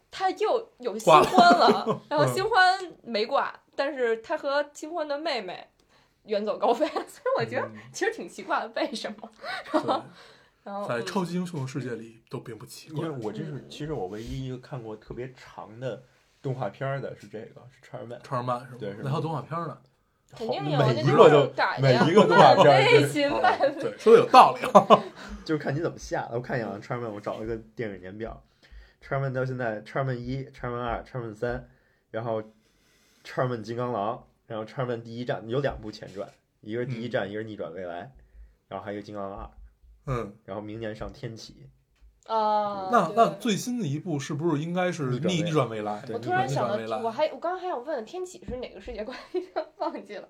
Speaker 4: 他又有新
Speaker 3: 挂了
Speaker 4: 欢了，然后
Speaker 3: 嗯
Speaker 4: 新欢没挂，但是他和新欢的妹妹远走高飞，所以我觉得
Speaker 3: 嗯
Speaker 4: 其实挺奇怪的，为什么？
Speaker 3: 对
Speaker 4: 然后
Speaker 3: 在
Speaker 4: 嗯
Speaker 3: 超级英雄的世界里都并不奇
Speaker 5: 因
Speaker 3: 怪
Speaker 5: 为。我这是
Speaker 4: 嗯
Speaker 5: 其实我唯一一个看过特别长的动画片儿的是这个是《查尔曼
Speaker 3: 超人版是吧？
Speaker 5: 对是
Speaker 3: 那还有动画片呢。
Speaker 4: 肯定有，
Speaker 5: 好
Speaker 4: 那
Speaker 5: 每一
Speaker 4: 就是
Speaker 5: 个都
Speaker 4: 改的
Speaker 5: 每
Speaker 4: 呀
Speaker 5: 一个动画片儿
Speaker 4: 漫
Speaker 5: 就是
Speaker 4: 威新 漫威
Speaker 3: 对，说的有道理啊。
Speaker 5: 就是
Speaker 6: 看你怎么下。我看一眼啊 Charman，我找了一个电影年表，Charman 到现在，Charman 一，Charman 二，Charman 三，然后 Charman 金刚狼，然后 Charman 第一站有两部前传，一个是
Speaker 5: 嗯
Speaker 6: 第一站，一个是逆转未来，然后还有一个金刚狼二，
Speaker 3: 嗯，
Speaker 6: 然后明年上天启。
Speaker 4: 啊，
Speaker 3: 那
Speaker 4: 对
Speaker 3: 那最新的一部是不是应该是
Speaker 6: 逆转
Speaker 3: 逆
Speaker 6: 未来
Speaker 3: 转未来？
Speaker 5: 对
Speaker 4: 我
Speaker 5: 逆
Speaker 4: 突
Speaker 5: 转
Speaker 4: 然
Speaker 3: 逆
Speaker 4: 想
Speaker 3: 转
Speaker 4: 到
Speaker 3: 未，
Speaker 4: 我
Speaker 3: 来
Speaker 4: 还我刚刚还想问天启是哪个世界观， 忘记了，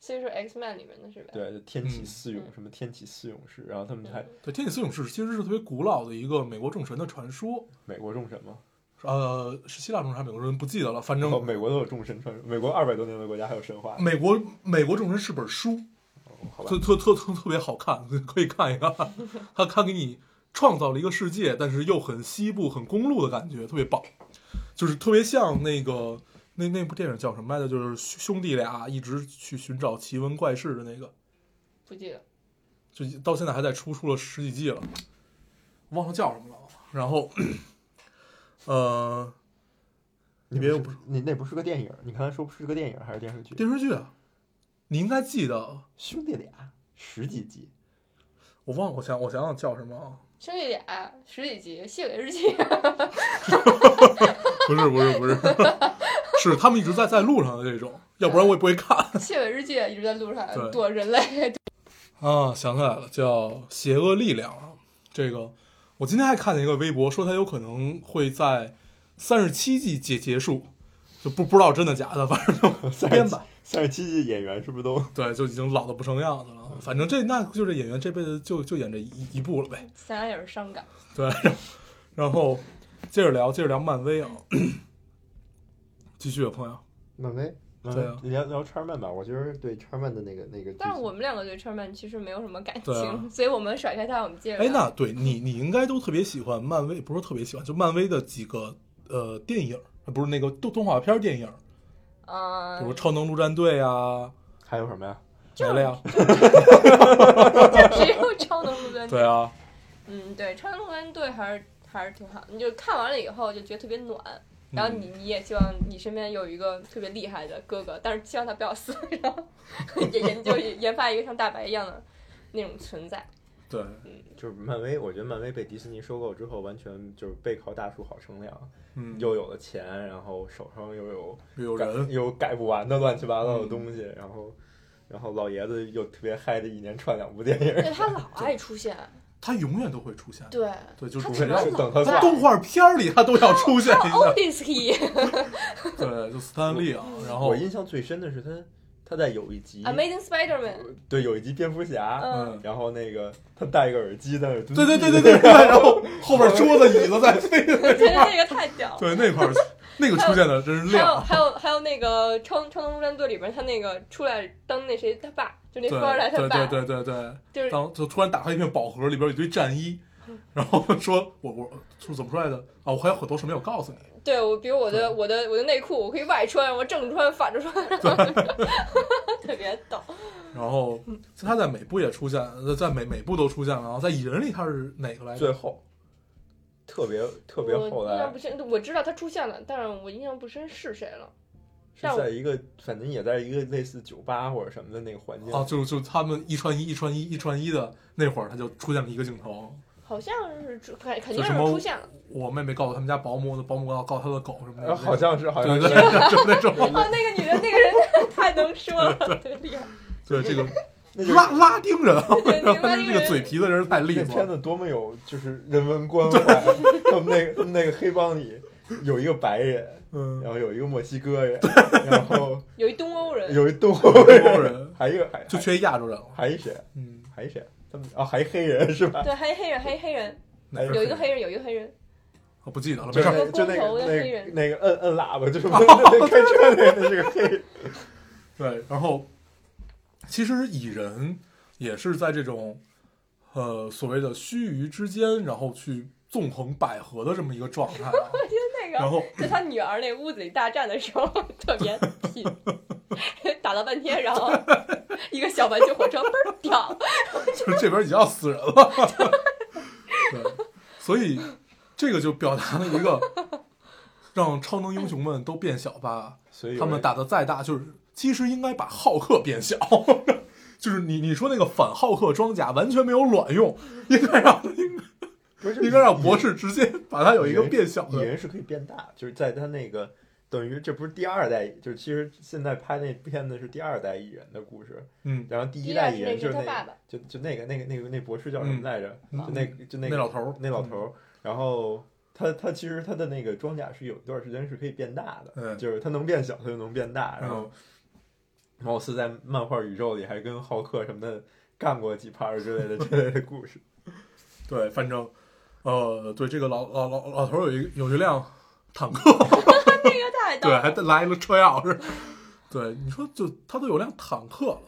Speaker 4: 所以说 X Man 里面的是呗？
Speaker 5: 对天启四勇
Speaker 4: 嗯
Speaker 5: 什么天启四勇士，然后他们还
Speaker 4: 嗯
Speaker 3: 对，天启四勇士其实是特别古老的一个美国众神的传说，
Speaker 5: 美国众神嘛，
Speaker 3: 呃，是希腊众神还是美国众神不记得了，反
Speaker 5: 然后
Speaker 3: 正
Speaker 5: 美国都有众神传说，美国二百多年的国家还有神话，
Speaker 3: 美国美国众神是本书，
Speaker 5: 哦好吧
Speaker 3: 特？特特特特别好看， 可以看一看。他他给你创造了一个世界，但是又很西部、很公路的感觉，特别棒，就是特别像那个那那部电影叫什么来着？就是兄弟俩一直去寻找奇闻怪事的那个，
Speaker 4: 不记得。
Speaker 3: 就到现在还在出，出了十几季了，忘了叫什么了。然后， 呃，
Speaker 5: 你
Speaker 3: 别
Speaker 5: 别
Speaker 3: 又不
Speaker 5: 不是你那不是个电影，你刚才说不是个电影还是电视剧？
Speaker 3: 电视剧啊，你应该记得，
Speaker 5: 兄弟俩十几集，
Speaker 3: 我忘了，我想我想想叫什么啊？
Speaker 4: 兄弟俩十几集，谢给日记，
Speaker 3: 不是不是不是，是他们一直在在路上的这种，要不然我也不会看
Speaker 4: 谢伟日记也一直在路上
Speaker 3: 对
Speaker 4: 躲人类，
Speaker 3: 啊。想起来了，叫《邪恶力量》啊，这个我今天还看见一个微博说它有可能会在三十七季结结束，就不不知道真的假的，反正就编吧。
Speaker 5: 三十七季演员是不是都
Speaker 3: 对，就已经老的不成样子了。反正这那就这演员这辈子就就演这一一部了呗。
Speaker 4: 想想也是伤感。
Speaker 3: 对，然后然后接着聊，接着聊漫威啊， 继续啊，朋友。
Speaker 6: 漫威，
Speaker 3: 对啊
Speaker 6: 聊聊川漫吧，我觉得对川漫的那个那个剧情，
Speaker 4: 但是我们两个对川漫其实没有什么感情，
Speaker 3: 对啊
Speaker 4: 所以我们甩开他，我们接着
Speaker 3: 哎，
Speaker 4: 聊。
Speaker 3: 那对你，你应该都特别喜欢漫威，不是特别喜欢，就漫威的几个呃电影，呃不是那个动动画片电影，比如《
Speaker 4: 嗯，
Speaker 3: 超能陆战队》啊，
Speaker 5: 还有什么呀？
Speaker 3: 没了呀，
Speaker 4: 只有超能陆战 队。
Speaker 3: 对啊，
Speaker 4: 嗯，对，超能陆战队还是还是挺好，你就看完了以后就觉得特别暖。
Speaker 3: 嗯
Speaker 4: 然后你你也希望你身边有一个特别厉害的哥哥，但是希望他不要死， 然后也研究研发一个像大白一样的那种存在。
Speaker 3: 对，
Speaker 5: 就是漫威，我觉得漫威被迪士尼收购之后，完全就是背靠大树好乘凉，
Speaker 3: 嗯，
Speaker 5: 又有了钱，然后手上又有
Speaker 3: 有
Speaker 5: 改
Speaker 3: 人，
Speaker 5: 又改不完的乱七八糟
Speaker 3: 嗯
Speaker 5: 的东西，然后然后老爷子又特别嗨的，一年串两部电影，
Speaker 4: 对 他老爱出现，
Speaker 3: 他永远都会出现，
Speaker 4: 对，
Speaker 3: 对，就
Speaker 4: 他
Speaker 3: 出
Speaker 4: 只
Speaker 3: 现
Speaker 5: 除
Speaker 4: 要
Speaker 5: 非是等他
Speaker 4: 在
Speaker 5: 挂
Speaker 3: 动画片儿里他都要出现一下，
Speaker 4: Always he
Speaker 3: 对，就斯坦利啊，然后
Speaker 5: 我印象最深的是他他在有一集
Speaker 4: Amazing Spider-Man，
Speaker 5: 对有一集蝙蝠侠，
Speaker 4: 啊嗯，
Speaker 5: 然后那个他戴一个耳机在那儿，
Speaker 3: 对
Speaker 5: 对
Speaker 3: 对对对对，对然后后边桌子椅子 在飞，
Speaker 4: 我觉得那个太屌了。
Speaker 3: 对那块儿那个出现的真是
Speaker 4: 还有
Speaker 3: 亮，
Speaker 4: 还有还有那个《超超能陆战队》里边，他那个出来当那谁他爸，就那
Speaker 3: 对
Speaker 4: 富二代他
Speaker 3: 对对
Speaker 4: 爸，
Speaker 3: 对对对。
Speaker 4: 就是
Speaker 3: 当就突然打开一片宝盒，里边有一堆战衣，
Speaker 4: 嗯
Speaker 3: 然后说我我是怎么出来的啊？我还有很多事没有告诉你。
Speaker 4: 对我，比如我的我的我的内裤，我可以外穿，我正着穿，反着穿， 特别逗。
Speaker 3: 然后
Speaker 4: 嗯
Speaker 3: 他在每部也出现，在每每部都出现了。然后在蚁人里他是哪个来着？
Speaker 5: 最后特别特别后
Speaker 4: 我印象
Speaker 5: 来
Speaker 4: 不深，我知道他出现了，但是我印象不深是谁了。
Speaker 5: 是
Speaker 4: 但我
Speaker 5: 在一个反正也在一个类似酒吧或者什么的那个环境
Speaker 3: 啊，就就他们一穿一、一穿一、一穿一的那会儿，他就出现了一个镜头。
Speaker 4: 好像是出肯肯
Speaker 3: 就
Speaker 4: 定
Speaker 3: 什
Speaker 4: 是
Speaker 3: 么
Speaker 4: 出 现了。
Speaker 3: 我妹妹告诉他们家保姆，保姆要告他的狗什么
Speaker 5: 呃
Speaker 3: 的，
Speaker 5: 好像是好
Speaker 3: 对对
Speaker 5: 像是。
Speaker 3: 对，就那种。
Speaker 4: 哦，那个女的，那个 人太能说了， 特厉害。
Speaker 3: 对这个
Speaker 5: 那就是
Speaker 3: 拉拉丁人啊，
Speaker 4: 对
Speaker 3: 然后
Speaker 4: 拉丁
Speaker 3: 那
Speaker 4: 人
Speaker 3: 个嘴皮子真是太利
Speaker 5: 那
Speaker 3: 索
Speaker 5: 片
Speaker 3: 了。
Speaker 5: 子多么有就是人文关怀，他们那个他们那个黑帮里有一个白人，
Speaker 3: 嗯，
Speaker 5: 然后有一个墨西哥人，然后
Speaker 4: 有一东欧人，
Speaker 5: 有一东欧
Speaker 3: 东欧
Speaker 5: 人
Speaker 3: 人，
Speaker 5: 还有一个还
Speaker 3: 就缺亚洲人了。
Speaker 5: 还一谁啊
Speaker 3: 嗯，
Speaker 5: 还一谁，他们啊还一黑人是吧？
Speaker 4: 对，还有黑人，还有黑人，
Speaker 3: 哪
Speaker 4: 有一个黑人，有一个黑人。
Speaker 3: 我不记得了，
Speaker 5: 哎就
Speaker 3: 没事
Speaker 5: 是
Speaker 3: 儿。
Speaker 5: 那就那
Speaker 4: 光头
Speaker 5: 个
Speaker 4: 的黑
Speaker 5: 那个
Speaker 4: 人
Speaker 5: 那个摁摁喇叭，
Speaker 3: 哦
Speaker 5: 就是那那开车那个那是个黑人，
Speaker 3: 对，然后其实蚁人也是在这种呃所谓的须臾之间，然后去纵横捭阖的这么一个状态、啊。
Speaker 4: 我觉得那个
Speaker 3: 然后
Speaker 4: 在他女儿那屋子里大战的时候 特别屁，打了半天，然后一个小玩具火车嘣儿掉，
Speaker 3: 就是这边已经要死人了， 对，所以这个就表达了一个让超能英雄们都变小吧，
Speaker 5: 所以
Speaker 3: 他们打的再大，就是其实应该把浩克变小。 就是你你说那个反浩克装甲完全没有卵用，应该让
Speaker 5: 不是
Speaker 3: 应该让博士直接把它有一个变小
Speaker 5: 蚁
Speaker 3: 的
Speaker 5: 人是可以变大，就是在他那个等于这不是第二代，就是其实现在拍那片子是第二代蚁人的故事，
Speaker 3: 嗯，
Speaker 5: 然后第
Speaker 4: 第
Speaker 5: 一
Speaker 4: 一
Speaker 5: 代
Speaker 4: 代
Speaker 5: 蚁
Speaker 4: 是
Speaker 5: 人
Speaker 4: 那
Speaker 5: 就是是
Speaker 4: 他
Speaker 5: 那
Speaker 4: 爸
Speaker 5: 个
Speaker 4: 爸，
Speaker 5: 就就那个那个那个那博士叫什么来着？
Speaker 3: 嗯
Speaker 5: 就那个就那
Speaker 3: 那
Speaker 5: 个
Speaker 3: 老头儿嗯
Speaker 5: 那老头儿，然后他他其实他的那个装甲是有一段时间是可以变大的，
Speaker 3: 嗯
Speaker 5: 就是他能变小，他就能变大，然后貌似在漫画宇宙里还跟浩克什么的干过几盘儿之类的之类的故事。
Speaker 3: 对，反正，呃，对这个老老老老头儿有一有一辆坦克，
Speaker 4: 这太逗
Speaker 3: 对，还
Speaker 4: 了。
Speaker 3: 带来了车钥匙，对，你说就他都有辆坦克了，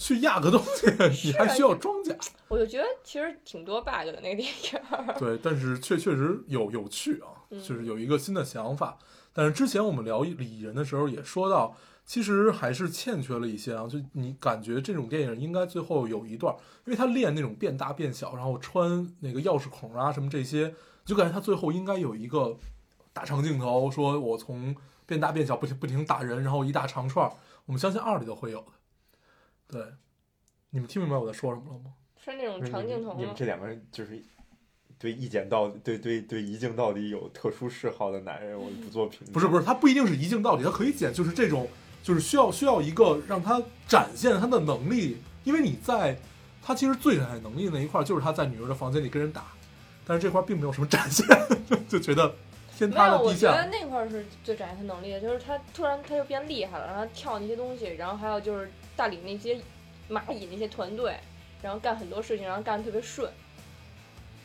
Speaker 3: 去压个东西，你还需要装甲？
Speaker 4: 我就觉得其实挺多 bug 的那个电影儿，
Speaker 3: 对，但是确确实有有趣啊，
Speaker 4: 嗯
Speaker 3: 就是有一个新的想法。但是之前我们聊蚁人的时候也说到，其实还是欠缺了一些啊。就你感觉这种电影应该最后有一段，因为他练那种变大变小，然后穿那个钥匙孔啊什么这些，就感觉他最后应该有一个大长镜头，说我从变大变小，不停不停打人，然后一大长串儿。我们相信二里头会有的。对，你们听明白我在说什么了吗？
Speaker 4: 是那种长镜头
Speaker 5: 你们
Speaker 4: 吗？
Speaker 5: 这两个人就是对一剪到对对对一镜到底有特殊嗜好的男人，我不做评价。
Speaker 3: 不是不是，他不一定是一镜到底，他可以剪，就是这种，就是需要需要一个让他展现他的能力，因为你在他其实最展现能力那一块，就是他在女儿的房间里跟人打，但是这块并没有什么展现， 就觉得天
Speaker 4: 没
Speaker 3: 塌
Speaker 4: 有，
Speaker 3: 了
Speaker 4: 我
Speaker 3: 地
Speaker 4: 觉得
Speaker 3: 陷。
Speaker 4: 那块儿是最展现他能力的，就是他突然他就变厉害了，然后跳那些东西，然后还有就是带领那些蚂蚁那些团队，然后干很多事情，然后干得特别顺，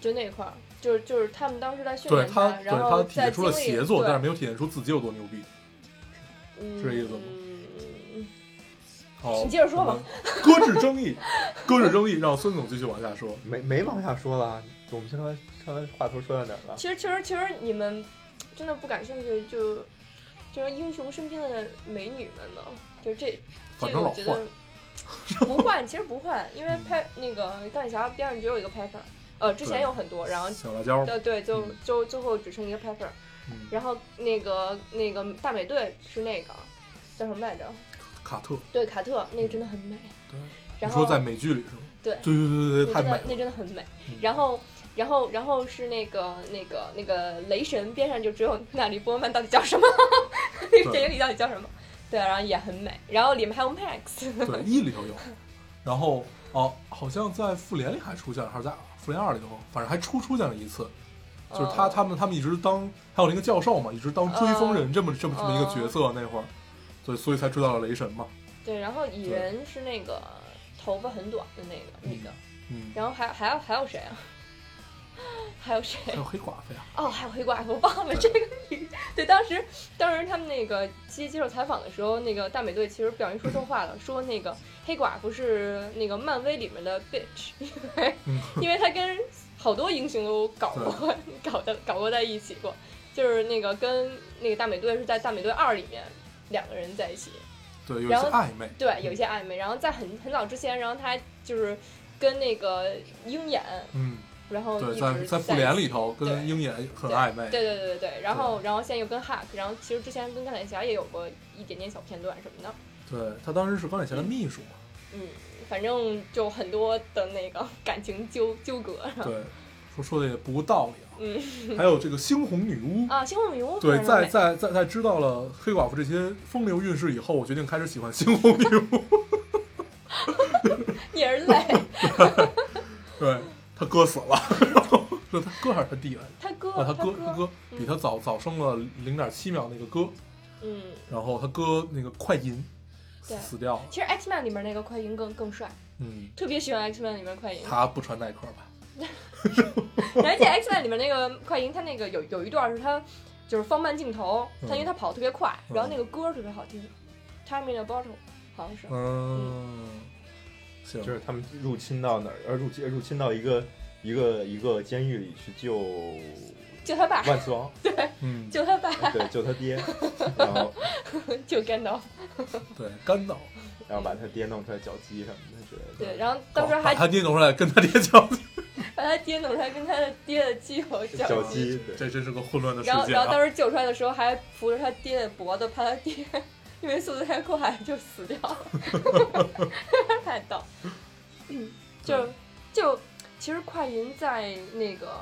Speaker 4: 就那块儿，就是就是他们当时在训
Speaker 3: 对
Speaker 4: 练
Speaker 3: 他，对
Speaker 4: 然
Speaker 3: 他
Speaker 4: 后
Speaker 3: 体
Speaker 4: 在
Speaker 3: 现
Speaker 4: 经
Speaker 3: 出
Speaker 4: 历
Speaker 3: 了协作，
Speaker 4: 对
Speaker 3: 但是没有体现出自己有多牛逼。是这意思吗
Speaker 4: 嗯，
Speaker 3: 好，
Speaker 4: 你接着说吧。
Speaker 3: 搁置争议，搁置争议，让孙总继续往下说。
Speaker 6: 没没往下说了，
Speaker 5: 啊
Speaker 6: 我们刚才刚才话头说到哪儿了？
Speaker 4: 其实其实其实你们真的不感兴趣，就就是英雄身边的美女们嘛，就这
Speaker 3: 反
Speaker 4: 这
Speaker 3: 正
Speaker 4: 个
Speaker 3: 老
Speaker 4: 我觉
Speaker 3: 换嗯
Speaker 4: 得 不换，其实不换，因为拍那个钢铁侠边上只有一个 Pepper，呃，之前
Speaker 3: 对
Speaker 4: 有很多，然后
Speaker 3: 小辣椒，
Speaker 4: 呃对，就
Speaker 3: 嗯
Speaker 4: 就最后只剩一个 Pepper，
Speaker 3: 嗯，
Speaker 4: 然后那个那个大美队是那个叫什么来着？
Speaker 3: 卡特，
Speaker 4: 对，卡特那个真的很美，
Speaker 3: 对你
Speaker 4: 然后
Speaker 3: 说在美剧里是吗？
Speaker 4: 对
Speaker 3: 对对对对对，
Speaker 4: 那
Speaker 3: 太
Speaker 4: 真
Speaker 3: 美了。
Speaker 4: 的那真的很美
Speaker 3: 嗯。
Speaker 4: 然后，然后，然后是那个那个那个雷神边上就只有娜莉波曼，到底叫什么？ 那个电影里到底叫什么？对，啊然后也很美，然后里面还有 Max，
Speaker 3: 对，一里头有，然后哦、好像在复联里还出现了，还是在复联二里头，反正还出出现了一次，就是他
Speaker 4: 哦
Speaker 3: 他们他们一直当还有那个教授嘛，一直当追风人这么这么这么一
Speaker 4: 哦
Speaker 3: 个角色那会儿，所以所以才追到了雷神嘛，
Speaker 4: 对，然后蚁人是那个头发很短的那个那个，
Speaker 3: 嗯，
Speaker 4: 然后还还有还有谁啊？ 还有谁？
Speaker 3: 还有黑寡妇呀，
Speaker 4: 哦，还有黑寡妇，我忘了这个女。对，当时当时他们那个接接受采访的时候，那个大美队其实不小心说错话了，说那个黑寡妇是那个漫威里面的 bitch，因为
Speaker 3: 嗯
Speaker 4: 因为他跟好多英雄都搞过， 搞的搞过在一起过，就是那个跟那个大美队是在大美队二里面两个人在一起，
Speaker 3: 对，有一
Speaker 4: 然
Speaker 3: 些
Speaker 4: 后
Speaker 3: 暧昧，
Speaker 4: 对，有一些暧昧。然后在很很早之前，然后他还就是跟那个鹰眼，
Speaker 3: 嗯，
Speaker 4: 然后
Speaker 3: 对，
Speaker 4: 一
Speaker 3: 在
Speaker 4: 直
Speaker 3: 在
Speaker 4: 在
Speaker 3: 复
Speaker 4: 一
Speaker 3: 联
Speaker 4: 起
Speaker 3: 里头跟
Speaker 4: 对
Speaker 3: 鹰眼很暧昧，
Speaker 4: 对对对对对，然后然后现在又跟 Hulk，然后其实之前跟钢铁侠也有过一点点小片段什么的，
Speaker 3: 对他当时是钢铁侠的秘书 嘛，
Speaker 4: 嗯，反正就很多的那个感情纠纠 葛
Speaker 3: 对，说说的也不无道理啊，
Speaker 4: 嗯
Speaker 3: 还有这个猩红女巫
Speaker 4: 啊。星火女巫
Speaker 3: 对，
Speaker 4: 非常
Speaker 3: 在
Speaker 4: 美
Speaker 3: 在在在知道了黑寡妇这些风流韵事以后，我决定开始喜欢猩红女巫。
Speaker 4: 也是累，
Speaker 3: 对他哥死了， 然后是他哥还是他弟来着？
Speaker 4: 他哥
Speaker 3: 啊，他哥他
Speaker 4: 他，
Speaker 3: 哥
Speaker 4: 嗯
Speaker 3: 比他早早生了零点七秒那个哥，
Speaker 4: 嗯，
Speaker 3: 然后他哥那个快银
Speaker 4: 对
Speaker 3: 死掉了。
Speaker 4: 其实 X Man 里面那个快银更更帅，
Speaker 3: 嗯，
Speaker 4: 特别喜欢 X Man 里面快银，
Speaker 3: 他不穿耐克吧？
Speaker 4: 而且 X Man 里面那个快银，他那个有有一段是他就是放慢镜头，
Speaker 3: 嗯
Speaker 4: 他因为他跑得特别快，
Speaker 3: 嗯
Speaker 4: 然后那个歌儿特别好听，Time in a Bottle 好像是，
Speaker 3: 嗯，行
Speaker 5: 就，是他们入侵到哪儿，呃，入侵入侵到一个一个一个监狱里去救
Speaker 4: 就他爸，
Speaker 5: 万磁王，
Speaker 3: 嗯，
Speaker 4: 就他爸，
Speaker 5: 对，救他爹，然后
Speaker 4: 就 Gandalf。
Speaker 3: 对，干导，
Speaker 5: 然后把他爹弄出来绞鸡什么的之类的。
Speaker 4: 对，然后当时
Speaker 3: 把
Speaker 4: 还
Speaker 3: 他爹弄出来跟他爹较劲，
Speaker 4: 把他爹弄出来跟他的爹的基友
Speaker 5: 绞
Speaker 4: 较劲，
Speaker 5: 鸡，对，
Speaker 3: 这真是个混乱的世
Speaker 4: 然后
Speaker 3: 界
Speaker 4: 然后
Speaker 3: 啊！
Speaker 4: 当时救出来的时候还扶着他爹的脖子，怕他爹因为速度太快就死掉了， 太逗。嗯，就就其实快银在那个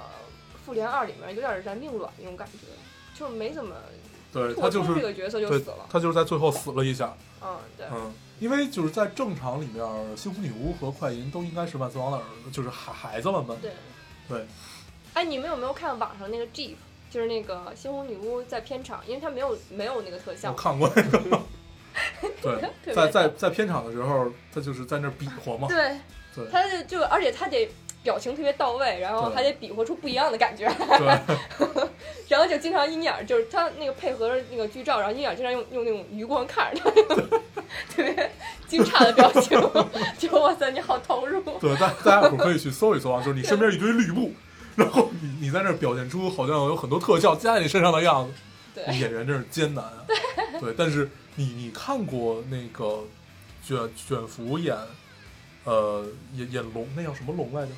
Speaker 4: 复联二里面有点燃并卵那种感觉，就没怎么
Speaker 3: 对他
Speaker 4: 拓
Speaker 3: 就
Speaker 4: 出
Speaker 3: 是
Speaker 4: 这个角色就
Speaker 3: 对
Speaker 4: 死了，。
Speaker 3: 他就是在最后死了一下，
Speaker 4: 嗯，对，
Speaker 3: 嗯，因为就是在正常里面，猩红女巫和快银都应该是万磁王的儿子，就是孩孩子们嘛。
Speaker 4: 对，
Speaker 3: 对。
Speaker 4: 哎，你们有没有看网上那个 GIF？就是那个猩红女巫在片场，因为它没有没有那个特效
Speaker 3: 我，看过那 个。对，
Speaker 4: 别
Speaker 3: 在在在片场的时候，他就是在那儿比划嘛。
Speaker 4: 对，
Speaker 3: 对
Speaker 4: 他就就而且他得表情特别到位，然后
Speaker 3: 对
Speaker 4: 还得比划出不一样的感觉，
Speaker 3: 对
Speaker 4: 然后就经常鹰眼儿就是他那个配合着那个剧照，然后鹰眼儿经常用用那种余光看着他， 特别惊诧的表情， 就哇塞，你好投入。
Speaker 3: 对，大大家伙可以去搜一搜啊，就是你身边一堆绿布，然后你你在那儿表现出好像有很多特效加在你身上的样子，
Speaker 4: 对，
Speaker 3: 演员真是艰难啊。对，但是你你看过那个卷卷福演呃演演龙那叫什么龙来着？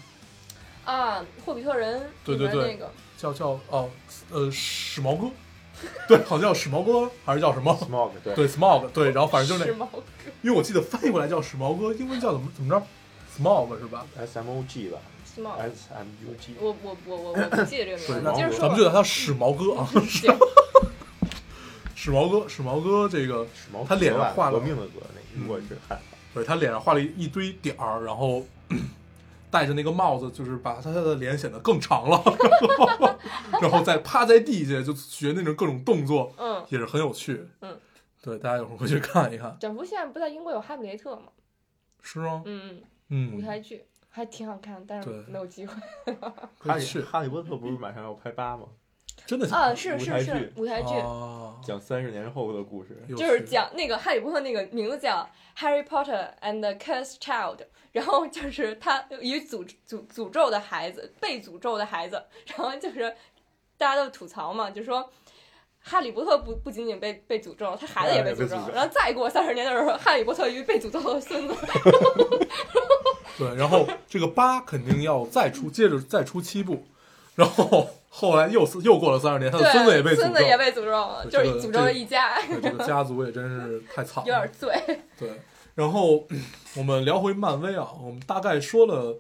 Speaker 4: 啊，霍比特人
Speaker 3: 对对
Speaker 4: 里边
Speaker 3: 对
Speaker 4: 那个
Speaker 3: 叫叫哦，呃，史毛哥， 对，好像叫史毛哥还是叫什么？
Speaker 5: smog，对，
Speaker 3: 对，smog，对，然后反正就是那，
Speaker 4: 吗？
Speaker 3: 因为我记得翻译过来叫史毛哥，英文叫怎么怎么着，smog 是吧？
Speaker 5: S M O G 吧，
Speaker 4: Smog，
Speaker 7: S M U G，
Speaker 4: 我我我我我哎不记得这个名字，
Speaker 7: 那
Speaker 4: 你接着
Speaker 3: 咱
Speaker 4: 说
Speaker 3: 们就
Speaker 4: 吧。
Speaker 3: 叫他史毛哥啊，
Speaker 4: 行，
Speaker 3: 史毛哥，史毛哥这个，
Speaker 5: 史毛
Speaker 3: 他脸上画了
Speaker 5: 革命的革那个，
Speaker 3: 嗯
Speaker 5: 我是汉
Speaker 3: 对他脸上画了一堆点儿，然后 戴着那个帽子，就是把他的脸显得更长了，然后然后再趴在地下就学那种各种动作，
Speaker 4: 嗯，
Speaker 3: 也是很有趣。
Speaker 4: 嗯，
Speaker 3: 对，大家有空回去看一看。
Speaker 4: 整部现在不在英国有《哈姆雷特》吗？
Speaker 3: 是吗？
Speaker 4: 嗯，
Speaker 3: 嗯，
Speaker 4: 舞台剧还挺好看，但是
Speaker 3: 对
Speaker 4: 没有机会。
Speaker 3: 可
Speaker 5: 哈
Speaker 3: 以
Speaker 5: 利
Speaker 3: 去，
Speaker 5: 哈利波特不是马上要拍八吗？
Speaker 3: 哎真的
Speaker 4: 啊，是
Speaker 5: 舞
Speaker 4: 是
Speaker 5: 台
Speaker 4: 是哦
Speaker 5: 剧
Speaker 4: 舞台剧，
Speaker 3: 啊
Speaker 5: 讲三十年后的故事，
Speaker 3: 有
Speaker 4: 就是
Speaker 3: 趣
Speaker 4: 讲那个《哈利波特》那个名字叫《Harry Potter and the Cursed Child》，然后就是他与诅诅诅咒的孩子，被诅咒的孩子，然后就是大家都吐槽嘛，就说。哈利波特不不仅仅被被诅咒，他孩子也被诅
Speaker 5: 哎被诅
Speaker 4: 咒。
Speaker 5: 咒
Speaker 4: 然后再过三十年的时候，哈利波特与被诅咒的孙子，
Speaker 3: 对，然后这个八肯定要再出，接着再出七部，然后 后来又又过了三十年，他的
Speaker 4: 对，
Speaker 3: 孙子也被
Speaker 4: 孙
Speaker 3: 诅
Speaker 4: 子也
Speaker 3: 咒，
Speaker 4: 被诅咒了，
Speaker 3: 对
Speaker 4: 就是
Speaker 3: 这个
Speaker 4: 诅咒了一家，
Speaker 3: 对这个家族也真是太惨
Speaker 4: 有
Speaker 3: 了
Speaker 4: 点。醉。
Speaker 3: 对，然后 嗯我们聊回漫威啊，我们大概说了，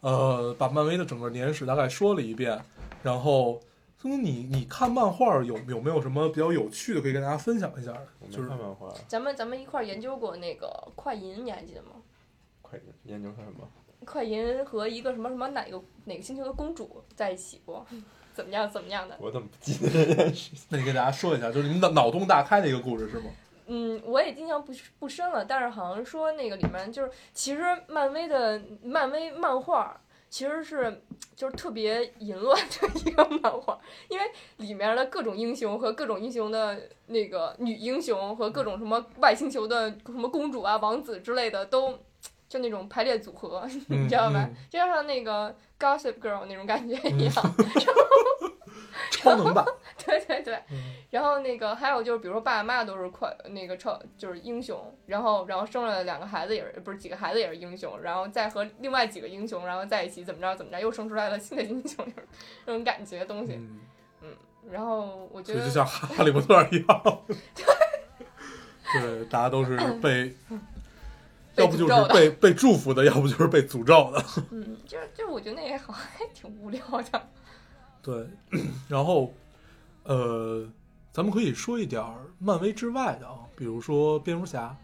Speaker 3: 呃，把漫威的整个年史大概说了一遍，然后。松你你看漫画有有没有什么比较有趣的可以跟大家分享一下的？
Speaker 5: 我没
Speaker 3: 就是
Speaker 5: 看漫画，
Speaker 4: 咱们咱们一块儿研究过那个快银，你还记得吗？
Speaker 5: 快点研究看什么？
Speaker 4: 快银和一个什么什么哪个哪个星球的公主在一起过，怎么样怎么样的？
Speaker 5: 我怎么不记得这件事？
Speaker 3: 那你给大家说一下，就是你脑脑洞大开的一个故事是吗？
Speaker 4: 嗯，我也印象不是不深了，但是好像说那个里面就是，其实漫威的漫威漫画其实是就是特别淫乱的一个漫画，因为里面的各种英雄和各种英雄的那个女英雄和各种什么外星球的什么公主啊、王子之类的都。就那种排列组合， 你知道吧？
Speaker 3: 嗯
Speaker 4: 就像那个 Gossip Girl 那种感觉一样，
Speaker 3: 超能 吧？
Speaker 4: 对对对
Speaker 3: 嗯，
Speaker 4: 然后那个还有就是，比如说爸爸妈妈都是快那个超就是英雄，然后然后生了两个孩子也是不是几个孩子也是英雄，然后再和另外几个英雄然后在一起怎么着怎么着又生出来了新的英雄，就是那种感觉的 东西。
Speaker 3: 嗯，
Speaker 4: 然后我觉
Speaker 3: 所以
Speaker 4: 得
Speaker 3: 就 像哈利波特一样， 对，大家都是被，
Speaker 4: 嗯被
Speaker 3: 要不
Speaker 4: 诅
Speaker 3: 就
Speaker 4: 咒
Speaker 3: 是
Speaker 4: 的
Speaker 3: 被被祝福的，要不就是被诅咒的。
Speaker 4: 嗯，就是就是我觉得那也好，还挺无聊的。
Speaker 3: 对，然后，呃，咱们可以说一点儿漫威之外的啊，比如说蝙蝠侠、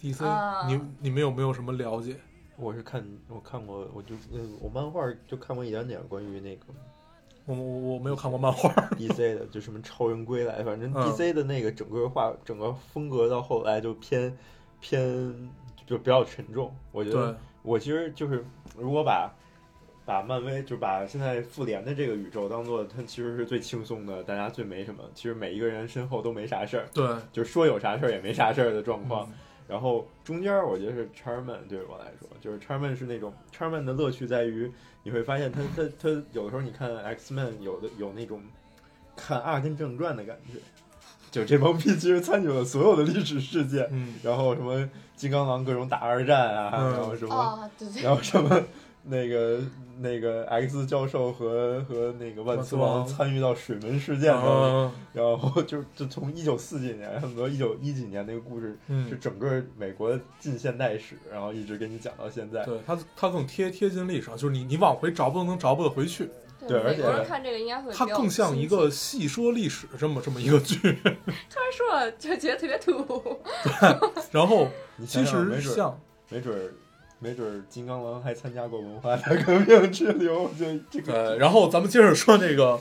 Speaker 3: DC，、
Speaker 4: 啊
Speaker 3: 你你们有没有什么了解？
Speaker 5: 我是看我看过，我就嗯，我漫画就看过一两点关于那个
Speaker 3: 我我我没有看过漫画，
Speaker 5: DC 的，就什么超人归来，反正
Speaker 3: 嗯
Speaker 5: DC 的那个整个画、整个风格到后来就偏偏就比较沉重。我觉
Speaker 3: 对
Speaker 5: 得，我其实就是如果把把漫威就把现在复联的这个宇宙当做它其实是最轻松的，大家最没什么，其实每一个人身后都没啥事儿，
Speaker 3: 对，
Speaker 5: 就是说有啥事儿也没啥事儿的状
Speaker 3: 嗯
Speaker 5: 况。然后中间儿我觉得是 Charman 对于我来说，就是 Charman 是那种 Charman 的乐趣在于，你会发现他他他有的时候你看 X Men 有的有那种看《阿根正传》的感觉，就这帮 逼其实参与了所有的历史事件，
Speaker 3: 嗯，
Speaker 5: 然后什么金刚狼各种打二战啊，
Speaker 3: 嗯
Speaker 5: 然后什么、
Speaker 4: 啊，对对，
Speaker 5: 然后什么那个那个 X 教授和和那个万磁
Speaker 3: 万
Speaker 5: 王
Speaker 3: 磁王
Speaker 5: 参与到水门事件
Speaker 3: 嗯、
Speaker 5: 中，然后就就从一九四几年，恨不得一九一几年那个故事，
Speaker 3: 嗯
Speaker 5: 是整个美国近现代史，然后一直给你讲到现在。
Speaker 3: 对它它更贴贴近历史啊，就是你你往回找不能找不得回去，
Speaker 5: 对而
Speaker 4: 美国
Speaker 5: 且
Speaker 4: 人看这个应该会比
Speaker 3: 它
Speaker 4: 较
Speaker 3: 更像一
Speaker 4: 新
Speaker 3: 个
Speaker 4: 奇，
Speaker 3: 细说历史这么这么一个 剧。
Speaker 4: 突然说了就觉得特别土。
Speaker 3: 然后
Speaker 5: 你
Speaker 3: 其
Speaker 5: 想想
Speaker 3: 实
Speaker 5: 没准儿
Speaker 3: 像
Speaker 5: 没准儿没准儿金刚狼还参加过文化大革命之流，就这
Speaker 3: 呃，
Speaker 5: 个
Speaker 3: 然后咱们接着说这个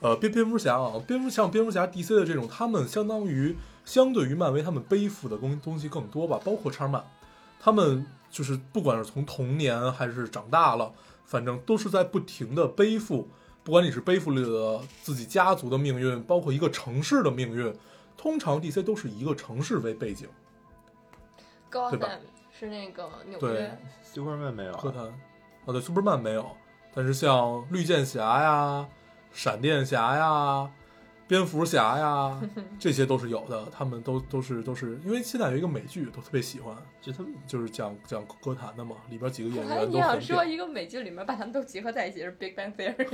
Speaker 3: 呃蝙蝙蝠侠啊，蝙蝠像蝙蝠侠 DC 的这种，他们相当于相对于漫威他们背负的东东西更多吧，包括叉漫，他们就是不管是从童年还是长大了，反正都是在不停的背负，不管你是背负了自己家族的命运，包括一个城市的命运，通常 DC 都是以一个城市为背景， 对吧
Speaker 4: Gotham 是那个纽
Speaker 3: 对
Speaker 4: 约，
Speaker 5: Superman 没有
Speaker 3: 柯
Speaker 5: 啊，
Speaker 3: 南，啊对，Superman 没有，但是像绿箭侠呀、闪电侠呀、蝙蝠侠 呀，这些都是有的。他们都都是都是，因为现在有一个美剧都特别喜欢，
Speaker 5: 就他们
Speaker 3: 就是讲讲歌坛的嘛，里边几个演
Speaker 4: 我还
Speaker 3: 员
Speaker 4: 你
Speaker 3: 都很
Speaker 4: 想说
Speaker 3: 屌。
Speaker 4: 一个美剧里面把他们都集合在一起是《Big Bang Theory》，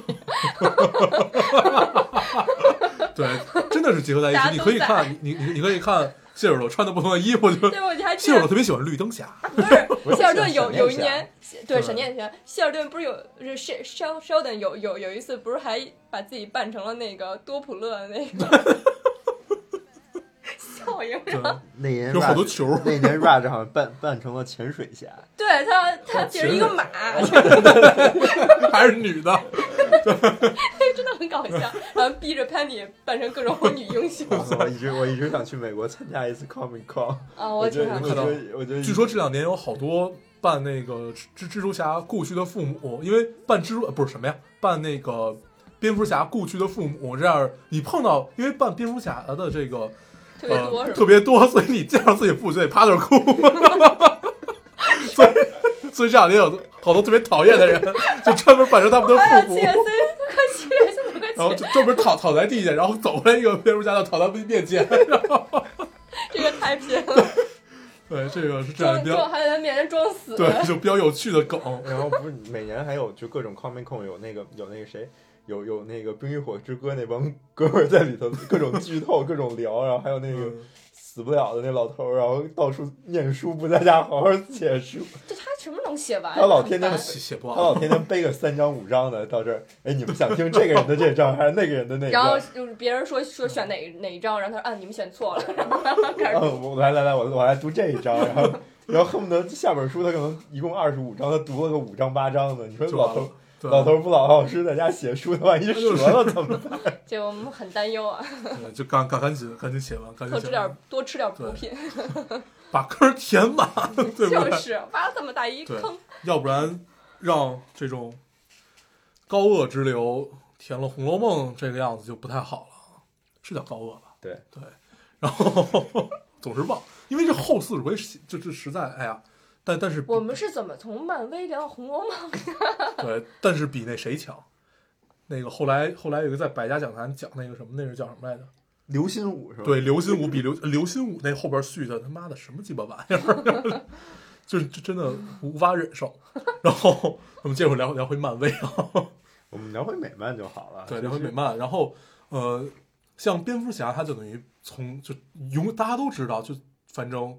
Speaker 3: 对，真的是结合在一
Speaker 4: 大家
Speaker 3: 起。
Speaker 4: 都
Speaker 3: 你可以
Speaker 4: 在
Speaker 3: 看，你你你可以看谢尔顿穿的不同的衣服，就
Speaker 4: 对，我就还记
Speaker 3: 谢尔
Speaker 4: 得
Speaker 3: 顿特别喜欢绿灯侠，
Speaker 4: 不是谢尔顿
Speaker 8: 闪
Speaker 4: 有
Speaker 8: 电
Speaker 4: 有一
Speaker 8: 侠
Speaker 4: 年，对
Speaker 3: 对
Speaker 4: 闪电侠，谢尔顿不是有是是 Shel Sheldon 有有有一次不是还把自己扮成了那个多普勒那个 效应，
Speaker 3: 对，
Speaker 5: 那年
Speaker 3: 有好多
Speaker 5: Raj-
Speaker 3: 球
Speaker 5: 那年 Raj 好像扮扮成了潜水侠，
Speaker 4: 对他他骑着一个马，
Speaker 3: 还是女的，
Speaker 4: 真的很搞笑，然后逼着 Penny 扮成各种女英雄
Speaker 5: 我一直我一直想去美国参加一次 Comic Con，
Speaker 4: 啊，
Speaker 5: 我觉
Speaker 4: 挺
Speaker 5: 得
Speaker 4: 想
Speaker 5: 我
Speaker 4: 看
Speaker 5: 觉
Speaker 3: 看到
Speaker 5: 得我觉得
Speaker 3: 据说这两年有好多扮那个蜘蜘蛛侠故去的父母，因为扮蜘蛛呃不是什么呀，扮那个蝙蝠侠故去的父母，这样你碰到因为扮蝙蝠侠的这个
Speaker 4: 特别多
Speaker 3: 呃、
Speaker 4: 是
Speaker 3: 特
Speaker 4: 吧？
Speaker 3: 别多，所以你见着自己父亲得趴那儿哭， 所以所以这两年有好多特别讨厌的人，就专门扮成他们的
Speaker 4: 哎呀，
Speaker 3: 父
Speaker 4: 七
Speaker 3: 母
Speaker 4: 月。森，快七月森，快
Speaker 3: 然后
Speaker 4: 七
Speaker 3: 就专门躺躺在地下，然后走过来一个蝙蝠侠，就躺在面前。 然后
Speaker 4: 这个太拼了，
Speaker 3: 对，这个是这样
Speaker 4: 装
Speaker 3: 比
Speaker 4: 装
Speaker 3: 较
Speaker 4: 还在面前装死，
Speaker 3: 对，就比较有趣的梗。
Speaker 5: 然后不是每年还有就各种 Comic Con 有那个有那个谁，有有那个《冰与火之歌》那帮哥们儿在里头各种剧透各种聊，然后还有那个
Speaker 3: 嗯
Speaker 5: 死不了的那老头儿，然后到处念书不在家好好写书，
Speaker 4: 这他什么能写完？
Speaker 5: 他老天天
Speaker 4: 很哎烦
Speaker 3: 写写不
Speaker 5: 他
Speaker 3: 好，
Speaker 5: 老天天背个三张五张的到这儿，哎，你们想听这个人的这张还是那个人的那
Speaker 4: 然后
Speaker 5: 张？
Speaker 4: 就是别人说说选哪哪一张，然后他说啊你们选错了，然后他开始
Speaker 5: 嗯，我来来来，我我来读这一章，然后然后恨不得下本书他可能一共二十五章，他读了个五章八章的，你 说
Speaker 3: 就
Speaker 5: 老
Speaker 3: 完
Speaker 5: 头
Speaker 3: 了。
Speaker 5: 老头不老老实在家写书，他万一折了 怎么办？
Speaker 4: 这个我们很担忧啊，
Speaker 3: 对，呃就赶赶赶紧赶紧写完，赶
Speaker 4: 多
Speaker 3: 紧
Speaker 4: 吃
Speaker 3: 写
Speaker 4: 点
Speaker 3: 完，
Speaker 4: 多吃点补品，
Speaker 3: 把坑填满， 对不
Speaker 4: 就
Speaker 3: 对？
Speaker 4: 是挖了这么大一
Speaker 3: 对
Speaker 4: 坑，
Speaker 3: 要不然让这种高恶之流填了《红楼梦》这个样子就不太好了，是叫高恶吧？
Speaker 5: 对
Speaker 3: 对，然后 总是忘，因为这后四回是就这实在哎呀，但但是比
Speaker 4: 我们是怎么从漫威聊到红楼梦？
Speaker 3: 对，但是比那谁强。那个后来后来有一个在百家讲坛讲那个什么，那是叫什么来着？
Speaker 5: 刘心武是吧？
Speaker 3: 对，刘心 武比刘刘心武那后边续的他妈的什么鸡巴玩意儿， 就是就真的无法忍受。然后我们接着聊聊回漫威啊，
Speaker 5: 我们聊回美漫就好了。
Speaker 3: 对，
Speaker 5: 就
Speaker 3: 聊
Speaker 5: 是
Speaker 3: 回美漫。然后呃，像蝙蝠侠，他就等于从就永大家都知道，就反正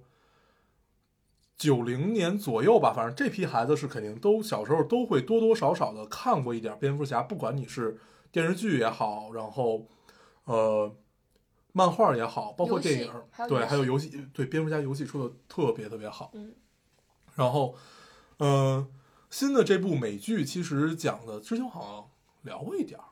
Speaker 3: 九零年左右吧，反正这批孩子是肯定都小时候都会多多少少的看过一点蝙蝠侠，不管你是电视剧也好，然后呃漫画也好，包括电
Speaker 4: 游
Speaker 3: 影
Speaker 4: 戏还，有游
Speaker 3: 对，
Speaker 4: 戏
Speaker 3: 还有游戏，对蝙蝠侠游戏出的特别特别好。
Speaker 4: 嗯，
Speaker 3: 然后呃新的这部美剧其实讲的之前好像聊过一点儿，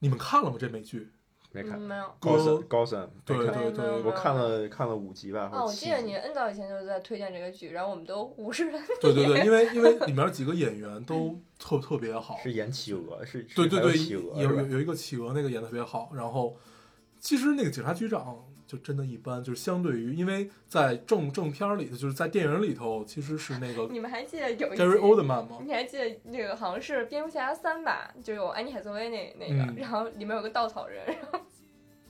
Speaker 3: 你们看了吗？这美剧？
Speaker 5: 没
Speaker 4: 嗯，
Speaker 5: 看
Speaker 4: 没有。
Speaker 5: 高
Speaker 3: 哥
Speaker 5: 三高三
Speaker 3: 对
Speaker 5: 没看
Speaker 3: 对
Speaker 4: 没有
Speaker 3: 对，
Speaker 5: 我看了看了五集吧。
Speaker 4: 哦，
Speaker 5: 或
Speaker 4: 我
Speaker 5: 者七
Speaker 4: 记
Speaker 5: 集
Speaker 4: 得你很早以前就在推荐这个剧，然后我们都无视了。
Speaker 3: 对对 对，因为因为里面几个演员都特特别好，
Speaker 5: 是演企鹅，是
Speaker 3: 对
Speaker 5: 是
Speaker 3: 对
Speaker 5: 还有
Speaker 3: 对，
Speaker 5: 企鹅
Speaker 3: 有
Speaker 5: 是
Speaker 3: 有
Speaker 5: 吧？
Speaker 3: 有一个企鹅那个演的特别好。然后其实那个警察局长就真的一般，就是相对于因为在正正片儿里头，就是在电影里头其实是那个
Speaker 4: 你们还记得有一
Speaker 3: Gary
Speaker 4: 集？
Speaker 3: Oldman 吗？
Speaker 4: 你还记得那个好像是《蝙蝠侠三》吧？就有安妮海瑟薇那那个，
Speaker 3: 嗯
Speaker 4: 然后里面有个稻草人，然后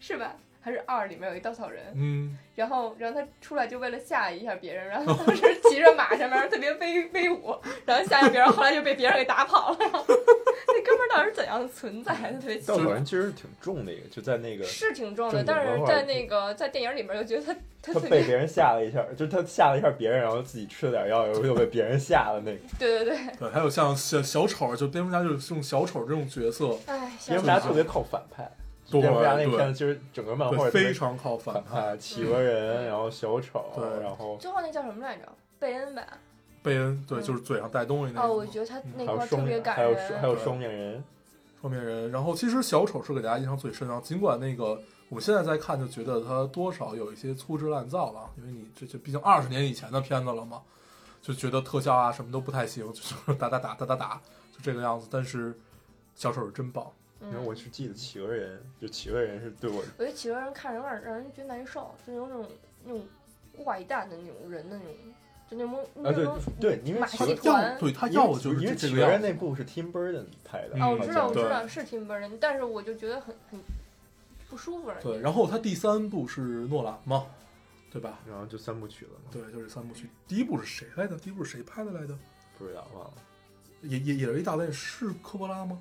Speaker 4: 是吧？还是二里面有一稻草人？
Speaker 3: 嗯，
Speaker 4: 然后然后他出来就为了吓一下别人，然后当时骑着马上面特别威威武，然后吓一下别人，后来就被别人给打跑了。然后那哥们儿到底是怎样存在的？特别奇
Speaker 5: 稻
Speaker 4: 怪。
Speaker 5: 草人其实挺重的一个，就在那个
Speaker 4: 是挺重的，
Speaker 5: 正经
Speaker 4: 但
Speaker 5: 文
Speaker 4: 是
Speaker 5: 化
Speaker 4: 在
Speaker 5: 就
Speaker 4: 那个在电影里面又觉得他他
Speaker 5: 他
Speaker 4: 特
Speaker 5: 被
Speaker 4: 别
Speaker 5: 别人吓了一下，就是他吓了一下别人，然后自己吃了点 药，然后又被别人吓 了那个。
Speaker 4: 对对对，
Speaker 3: 对，还有像小小丑，就蝙蝠侠就是用小丑这种角色，
Speaker 4: 哎，想
Speaker 5: 蝙蝠侠
Speaker 4: 想
Speaker 5: 特别靠反派，
Speaker 3: 对
Speaker 5: 蝙蝠侠那
Speaker 3: 对
Speaker 5: 片子其实整个漫画
Speaker 3: 对，
Speaker 5: 特别
Speaker 3: 非常靠反
Speaker 5: 反
Speaker 3: 派。
Speaker 5: 派，企鹅人，然后小丑，
Speaker 3: 对
Speaker 5: 然后
Speaker 4: 最后那叫什么来着？贝恩吧。
Speaker 3: 贝恩对，
Speaker 4: 嗯
Speaker 3: 就是嘴上带东西那
Speaker 4: 哦，我
Speaker 3: 个
Speaker 4: 觉得他
Speaker 3: 嗯
Speaker 4: 那
Speaker 5: 还有
Speaker 4: 块儿特
Speaker 5: 双
Speaker 4: 别
Speaker 5: 面，
Speaker 4: 感
Speaker 5: 还有还
Speaker 4: 人。啊
Speaker 5: 有双面人，
Speaker 3: 双面人。然后其实小丑是给大家印象最深啊，尽管那个我们现在在看就觉得他多少有一些粗制滥造了，因为你这这毕竟二十年以前的片子了嘛，就觉得特效啊什么都不太行，就是打打打打打打就这个样子。但是小丑是真棒，
Speaker 4: 嗯
Speaker 5: 然后我是记得企鹅人，就企鹅人是对我
Speaker 4: 我觉得企鹅人看着有点让人觉得难受，就有那种那种怪诞的那种人的那种，就那种
Speaker 5: 啊
Speaker 4: 那
Speaker 5: 对
Speaker 4: 种
Speaker 5: 对，因为
Speaker 4: 马
Speaker 5: 企
Speaker 3: 他
Speaker 4: 戏
Speaker 5: 鹅
Speaker 3: 要
Speaker 4: 团
Speaker 3: 对他
Speaker 5: 因为
Speaker 3: 要的就是
Speaker 5: 因
Speaker 3: 这
Speaker 5: 为
Speaker 3: 这
Speaker 5: 企
Speaker 3: 个
Speaker 5: 鹅
Speaker 3: 样
Speaker 5: 人
Speaker 3: 子。
Speaker 5: 那部是 Tim Burton 拍的，
Speaker 3: 嗯
Speaker 4: 哦，我
Speaker 5: 好
Speaker 4: 知道，
Speaker 5: 像
Speaker 4: 我
Speaker 3: 对
Speaker 4: 知道是 Tim Burton，但是我就觉得很很不舒服而已。
Speaker 3: 对，然后他第三部是诺兰嘛，对吧？
Speaker 5: 然后就三部曲了嘛，
Speaker 3: 对，就是三部曲。第一部是谁来的？第一部是谁拍的来着？
Speaker 5: 不知道忘了，
Speaker 3: 也也也是一大类，是科波拉吗？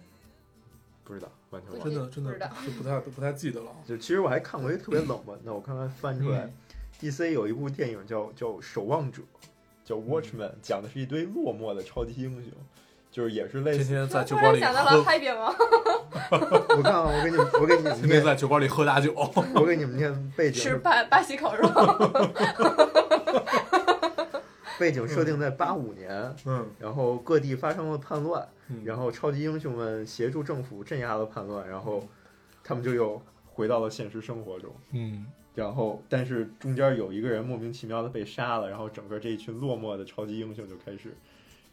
Speaker 5: 不知道，完全
Speaker 4: 不
Speaker 5: 忘
Speaker 4: 记
Speaker 5: 了。
Speaker 3: 真
Speaker 4: 得
Speaker 3: 的真的
Speaker 4: 不知道
Speaker 3: 就不太不太记得了啊。
Speaker 5: 就其实我还看过一个特别冷门的，我刚才翻出来
Speaker 3: 嗯，
Speaker 9: DC 有一部电影叫叫《守望者》，叫 Watchman，讲的是一堆落寞的超级英雄，就是也是类
Speaker 3: 天
Speaker 9: 似。
Speaker 3: 天在酒
Speaker 4: 突
Speaker 3: 馆
Speaker 4: 然
Speaker 3: 里
Speaker 4: 想到了
Speaker 3: 喝，
Speaker 4: 嗨扁王，
Speaker 5: 我看啊，我给你们，我给你们
Speaker 3: 天天
Speaker 5: 念，
Speaker 3: 在酒馆里喝大酒。
Speaker 5: 我给你们念背景
Speaker 4: 吃巴巴西烤肉，
Speaker 5: 背景
Speaker 4: 嗯
Speaker 5: 设定在八五年，
Speaker 3: 嗯
Speaker 5: 然后各地发生了叛乱，
Speaker 3: 嗯，
Speaker 5: 然后超级英雄们协助政府镇压了叛乱，然后他们就又回到了现实生活中。
Speaker 3: 嗯
Speaker 5: 然后，但是中间有一个人莫名其妙的被杀了，然后整个这一群落寞的超级英雄就开始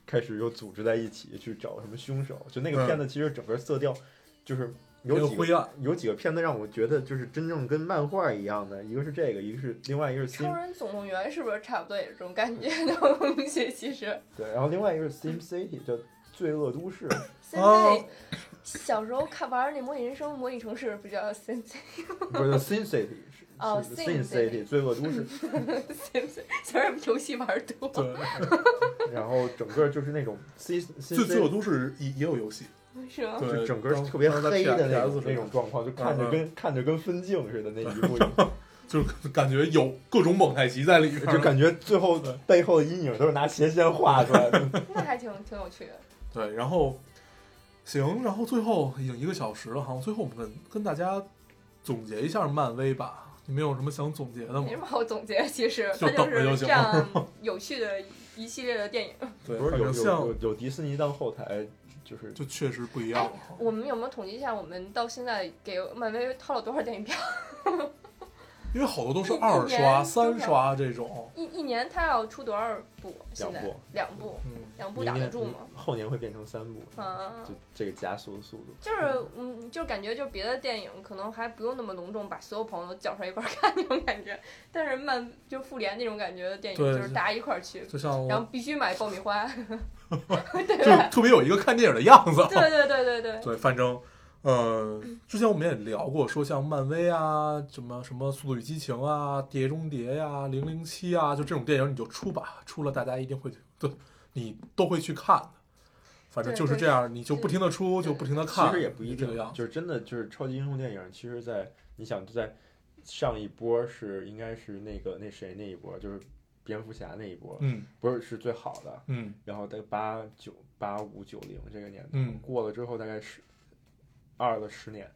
Speaker 5: 开始又组织在一起去找什么凶手。就那个
Speaker 3: 嗯
Speaker 5: 片子其实整个色调就是
Speaker 3: 那
Speaker 5: 有
Speaker 3: 个
Speaker 5: 几
Speaker 3: 灰
Speaker 5: 个
Speaker 3: 暗
Speaker 5: 有几个片子让我觉得就是真正跟漫画一样的，一个是这个，一个是另外一个是 Sim
Speaker 4: 超人总动员是不是差不多也是这种感觉的东西？其实
Speaker 5: 对，然后另外一个是 Sim City 叫罪恶都市，
Speaker 4: 现
Speaker 3: 哦
Speaker 4: 在小时候看玩那模拟人生、模拟城市，不叫 Sim
Speaker 5: 不是 Sim City 是
Speaker 4: 哦
Speaker 5: 是
Speaker 4: Sin
Speaker 5: Sin City 罪恶都市，
Speaker 4: Sim，小时候游戏玩多。
Speaker 3: 对，
Speaker 5: 然后整个就是那种 Sin Sin
Speaker 3: 最最有
Speaker 5: City
Speaker 3: 都市也也有游戏，
Speaker 4: 是吗？
Speaker 3: 对，
Speaker 5: 就整个特别
Speaker 3: 当时在
Speaker 5: 黑的那
Speaker 3: PS
Speaker 5: 种那种状况，就
Speaker 3: 嗯
Speaker 5: 看着跟看着跟分镜似的那 一幕，
Speaker 3: 就是 感觉有各种蒙太奇在里面，
Speaker 5: 就感觉最后
Speaker 3: 对
Speaker 5: 背后的阴影都是拿斜线画出来的。
Speaker 4: 那还挺挺有趣的。
Speaker 3: 对，然后行，然后最后已经一个小时了哈，最后我们跟跟大家总结一下漫威吧，你们有什么想总结的吗
Speaker 4: 没什？么好总结，其实
Speaker 3: 就
Speaker 4: 它
Speaker 3: 等着就
Speaker 4: 就
Speaker 3: 行
Speaker 4: 是这 样有趣的一系列的电影。
Speaker 3: 对，
Speaker 5: 不是
Speaker 3: 反
Speaker 5: 有有
Speaker 3: 正像
Speaker 5: 有有迪士尼当后台，就是
Speaker 3: 就确实不一样了哈。
Speaker 4: 我们有没有统计一下，我们到现在给漫威掏了多少电影票？
Speaker 3: 因为好多都是
Speaker 4: 一一
Speaker 3: 二
Speaker 4: 年
Speaker 3: 刷、
Speaker 4: 多
Speaker 3: 三
Speaker 4: 少
Speaker 3: 刷这种，
Speaker 4: 一一年他要出多少部？啊现在
Speaker 5: 两部
Speaker 4: 两部，
Speaker 3: 嗯，
Speaker 4: 两部
Speaker 5: 明
Speaker 4: 挡得
Speaker 5: 年嗯
Speaker 4: 住吗？
Speaker 5: 后年会变成三部，
Speaker 4: 啊
Speaker 5: 就，这个加速的速度。
Speaker 4: 就是嗯，就感觉就别的电影可能还不用那么隆重，把所有朋友都叫出来一块儿看那种感觉，但是漫就复联那种感觉的电影，
Speaker 3: 对
Speaker 4: 就是大家一块儿去，
Speaker 3: 就像
Speaker 4: 然
Speaker 3: 我
Speaker 4: 后必须买爆米 花，对
Speaker 3: 就
Speaker 4: 吧？
Speaker 3: 特别有一个看电影的样子。
Speaker 4: 对对对对对，
Speaker 3: 对，反正，呃，
Speaker 4: 嗯
Speaker 3: 之前我们也聊过，说像漫威啊，什么什么《速度与激情》啊，《碟中谍》呀，《零零七》啊，就这种电影你就出吧，出了大家一定会对你都会去看的。反正
Speaker 4: 对
Speaker 3: 就是
Speaker 4: 对
Speaker 3: 这样，你就不停的出，就
Speaker 4: 对
Speaker 3: 不停的
Speaker 5: 其
Speaker 3: 看，
Speaker 5: 实也不一
Speaker 3: 这
Speaker 5: 定
Speaker 3: 个样，子。
Speaker 5: 就是真的就是超级英雄电影，其实在，你想在上一波是应该是那个那谁那一波，就是蝙蝠侠那一波，
Speaker 3: 嗯
Speaker 5: 不是是最好的，
Speaker 3: 嗯
Speaker 5: 然后在八九八五九零这个年代、
Speaker 3: 嗯
Speaker 5: 过了之后，大概十二了十年，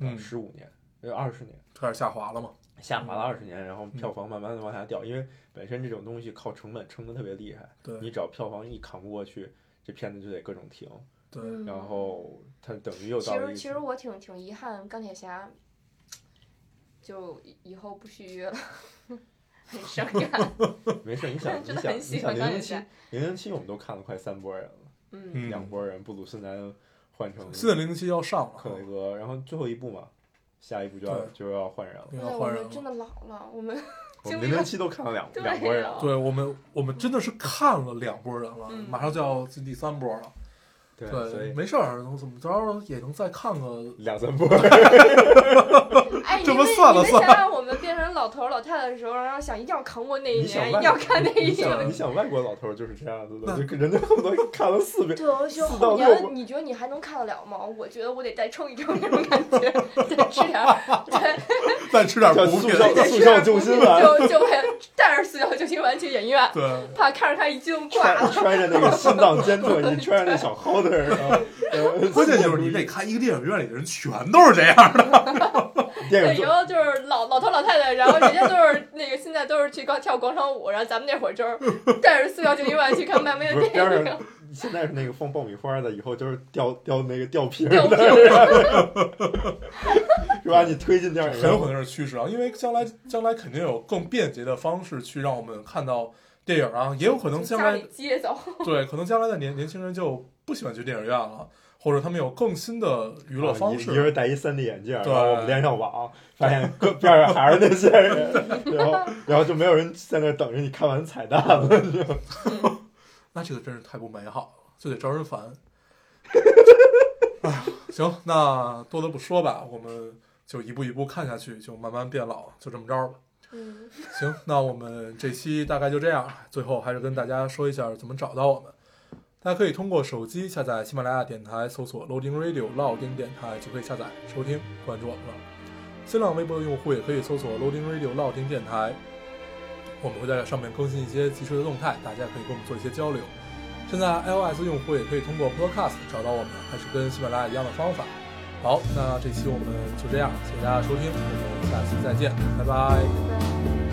Speaker 3: 嗯，
Speaker 5: 十五年，呃二十年，
Speaker 3: 开始下滑了嘛。
Speaker 5: 下滑了二十年，然
Speaker 3: 嗯
Speaker 5: 后票房慢慢的往下掉，因为本身这种东西靠成本撑的特别厉害，
Speaker 3: 对
Speaker 5: 你只要票房一扛不过去，这片子就得各种停，
Speaker 3: 对，
Speaker 4: 嗯
Speaker 5: 然后它等于又
Speaker 4: 其
Speaker 5: 到了
Speaker 4: 实
Speaker 5: 一
Speaker 4: 其实我挺挺遗憾，钢铁侠就以以后不续约了， 很伤 感。
Speaker 5: 没事，你想你
Speaker 4: 真的
Speaker 5: 想
Speaker 4: 很
Speaker 5: 你
Speaker 4: 喜
Speaker 5: 想
Speaker 4: 欢
Speaker 5: 零
Speaker 4: 钢
Speaker 5: 零
Speaker 4: 铁
Speaker 5: 七
Speaker 4: 侠
Speaker 5: 零零七我们都看了快三波人了，
Speaker 4: 嗯，
Speaker 3: 嗯，
Speaker 5: 两波人，布鲁斯南换成
Speaker 3: 新的零零七要上
Speaker 5: 克雷
Speaker 3: 了，
Speaker 5: 格，然后最后一部嘛，下一部就要
Speaker 3: 对
Speaker 5: 就要换人了。
Speaker 3: 又
Speaker 4: 对
Speaker 3: 要
Speaker 4: 我
Speaker 3: 换人
Speaker 4: 们
Speaker 3: 了
Speaker 4: 真。的老了，我们
Speaker 5: 我
Speaker 4: 经
Speaker 5: 们
Speaker 4: 历
Speaker 5: 零零
Speaker 4: 了
Speaker 5: 七都看了两
Speaker 4: 对
Speaker 5: 两波人
Speaker 4: 啊
Speaker 5: 了，
Speaker 3: 对我们，我们真的是看了两波人了，
Speaker 4: 嗯
Speaker 3: 马上就要进第三波了。
Speaker 5: 对所
Speaker 3: 对，
Speaker 5: 以
Speaker 3: 没事儿，怎么着也能再看个
Speaker 5: 两三波。
Speaker 4: 哎，
Speaker 3: 这
Speaker 4: 你
Speaker 3: 不
Speaker 4: 们
Speaker 3: 算了
Speaker 4: 你
Speaker 3: 算
Speaker 4: 们
Speaker 3: 了
Speaker 4: 想想我们变成老头儿老太太的时候，然后想一定要扛过那一
Speaker 5: 你想
Speaker 4: 年，一
Speaker 5: 外
Speaker 4: 定要看那一
Speaker 5: 你想，你
Speaker 4: 年。
Speaker 5: 想外国老头儿就是这样子的，
Speaker 3: 那
Speaker 5: 就人家恨不得 看了四遍。
Speaker 4: 对，我就觉得
Speaker 5: 四到
Speaker 4: 后
Speaker 5: 六
Speaker 4: 年，你觉得你还能看得了吗？我觉得我得再撑一撑那种感 觉，啊再吃点 儿，对，
Speaker 3: 再吃点
Speaker 5: 叫
Speaker 3: 补
Speaker 5: 速
Speaker 3: 品。
Speaker 5: 效速效救心丸，
Speaker 4: 啊就就会带着四角救心丸去影院，
Speaker 3: 对，
Speaker 4: 怕看着他一激动挂了
Speaker 5: 穿。穿着那个心脏 监测仪，穿着那小 holder，然后 呃
Speaker 3: 关键就是你得看一个电影院里的人全都是这样的。
Speaker 5: 电
Speaker 4: 对，
Speaker 5: 影
Speaker 4: 以后就是老老头老太太，然后人家都是那个现在都是去高跳广场舞，然后咱们那会儿就是带着四幺九一万去看漫威
Speaker 5: 不
Speaker 4: 的
Speaker 5: 是
Speaker 4: 电
Speaker 5: 边
Speaker 4: 影，
Speaker 5: 现在是那个放爆米花的，以后就是吊吊那个吊瓶
Speaker 4: 吊
Speaker 5: 的，是吧？你推进 电影
Speaker 3: 很
Speaker 5: 院
Speaker 3: 有可能是趋势啊，因为将来将来肯定有更便捷的方式去让我们看到电影啊，也有可能
Speaker 4: 从
Speaker 3: 将
Speaker 4: 家
Speaker 3: 来
Speaker 4: 里接走。
Speaker 3: 对，可能将来的年年轻人就不喜欢去电影院了，或者他们有更新的娱乐方
Speaker 5: 啊一一人
Speaker 3: 式。
Speaker 5: 戴一3 D 眼镜，然
Speaker 3: 对
Speaker 5: 后我们连上网，发现各边上还是那些人，然后然后就没有人在那儿等着你看完彩蛋了。
Speaker 3: 那这个真是太不美好了，就得招人烦。 哎，行，那多的不说吧，我们就一步一步看下去，就慢慢变老，就这么着吧。
Speaker 4: 嗯，
Speaker 3: 行，那我们这期大概就这样。最后还是跟大家说一下怎么找到我们。大家可以通过手机下载喜马拉雅电台，搜索 Loading Radio 老丁电台就可以下载收听，关注我们了。新浪微博的用户也可以搜索 Loading Radio 老丁电台。我们会在上面更新一些及时的动态，大家可以跟我们做一些交流。现在 iOS 用户也可以通过 Podcast 找到我们，还是跟喜马拉雅一样的方法。好，那这期我们就这样，谢谢大家收听，我们下期再见，拜拜。
Speaker 4: 对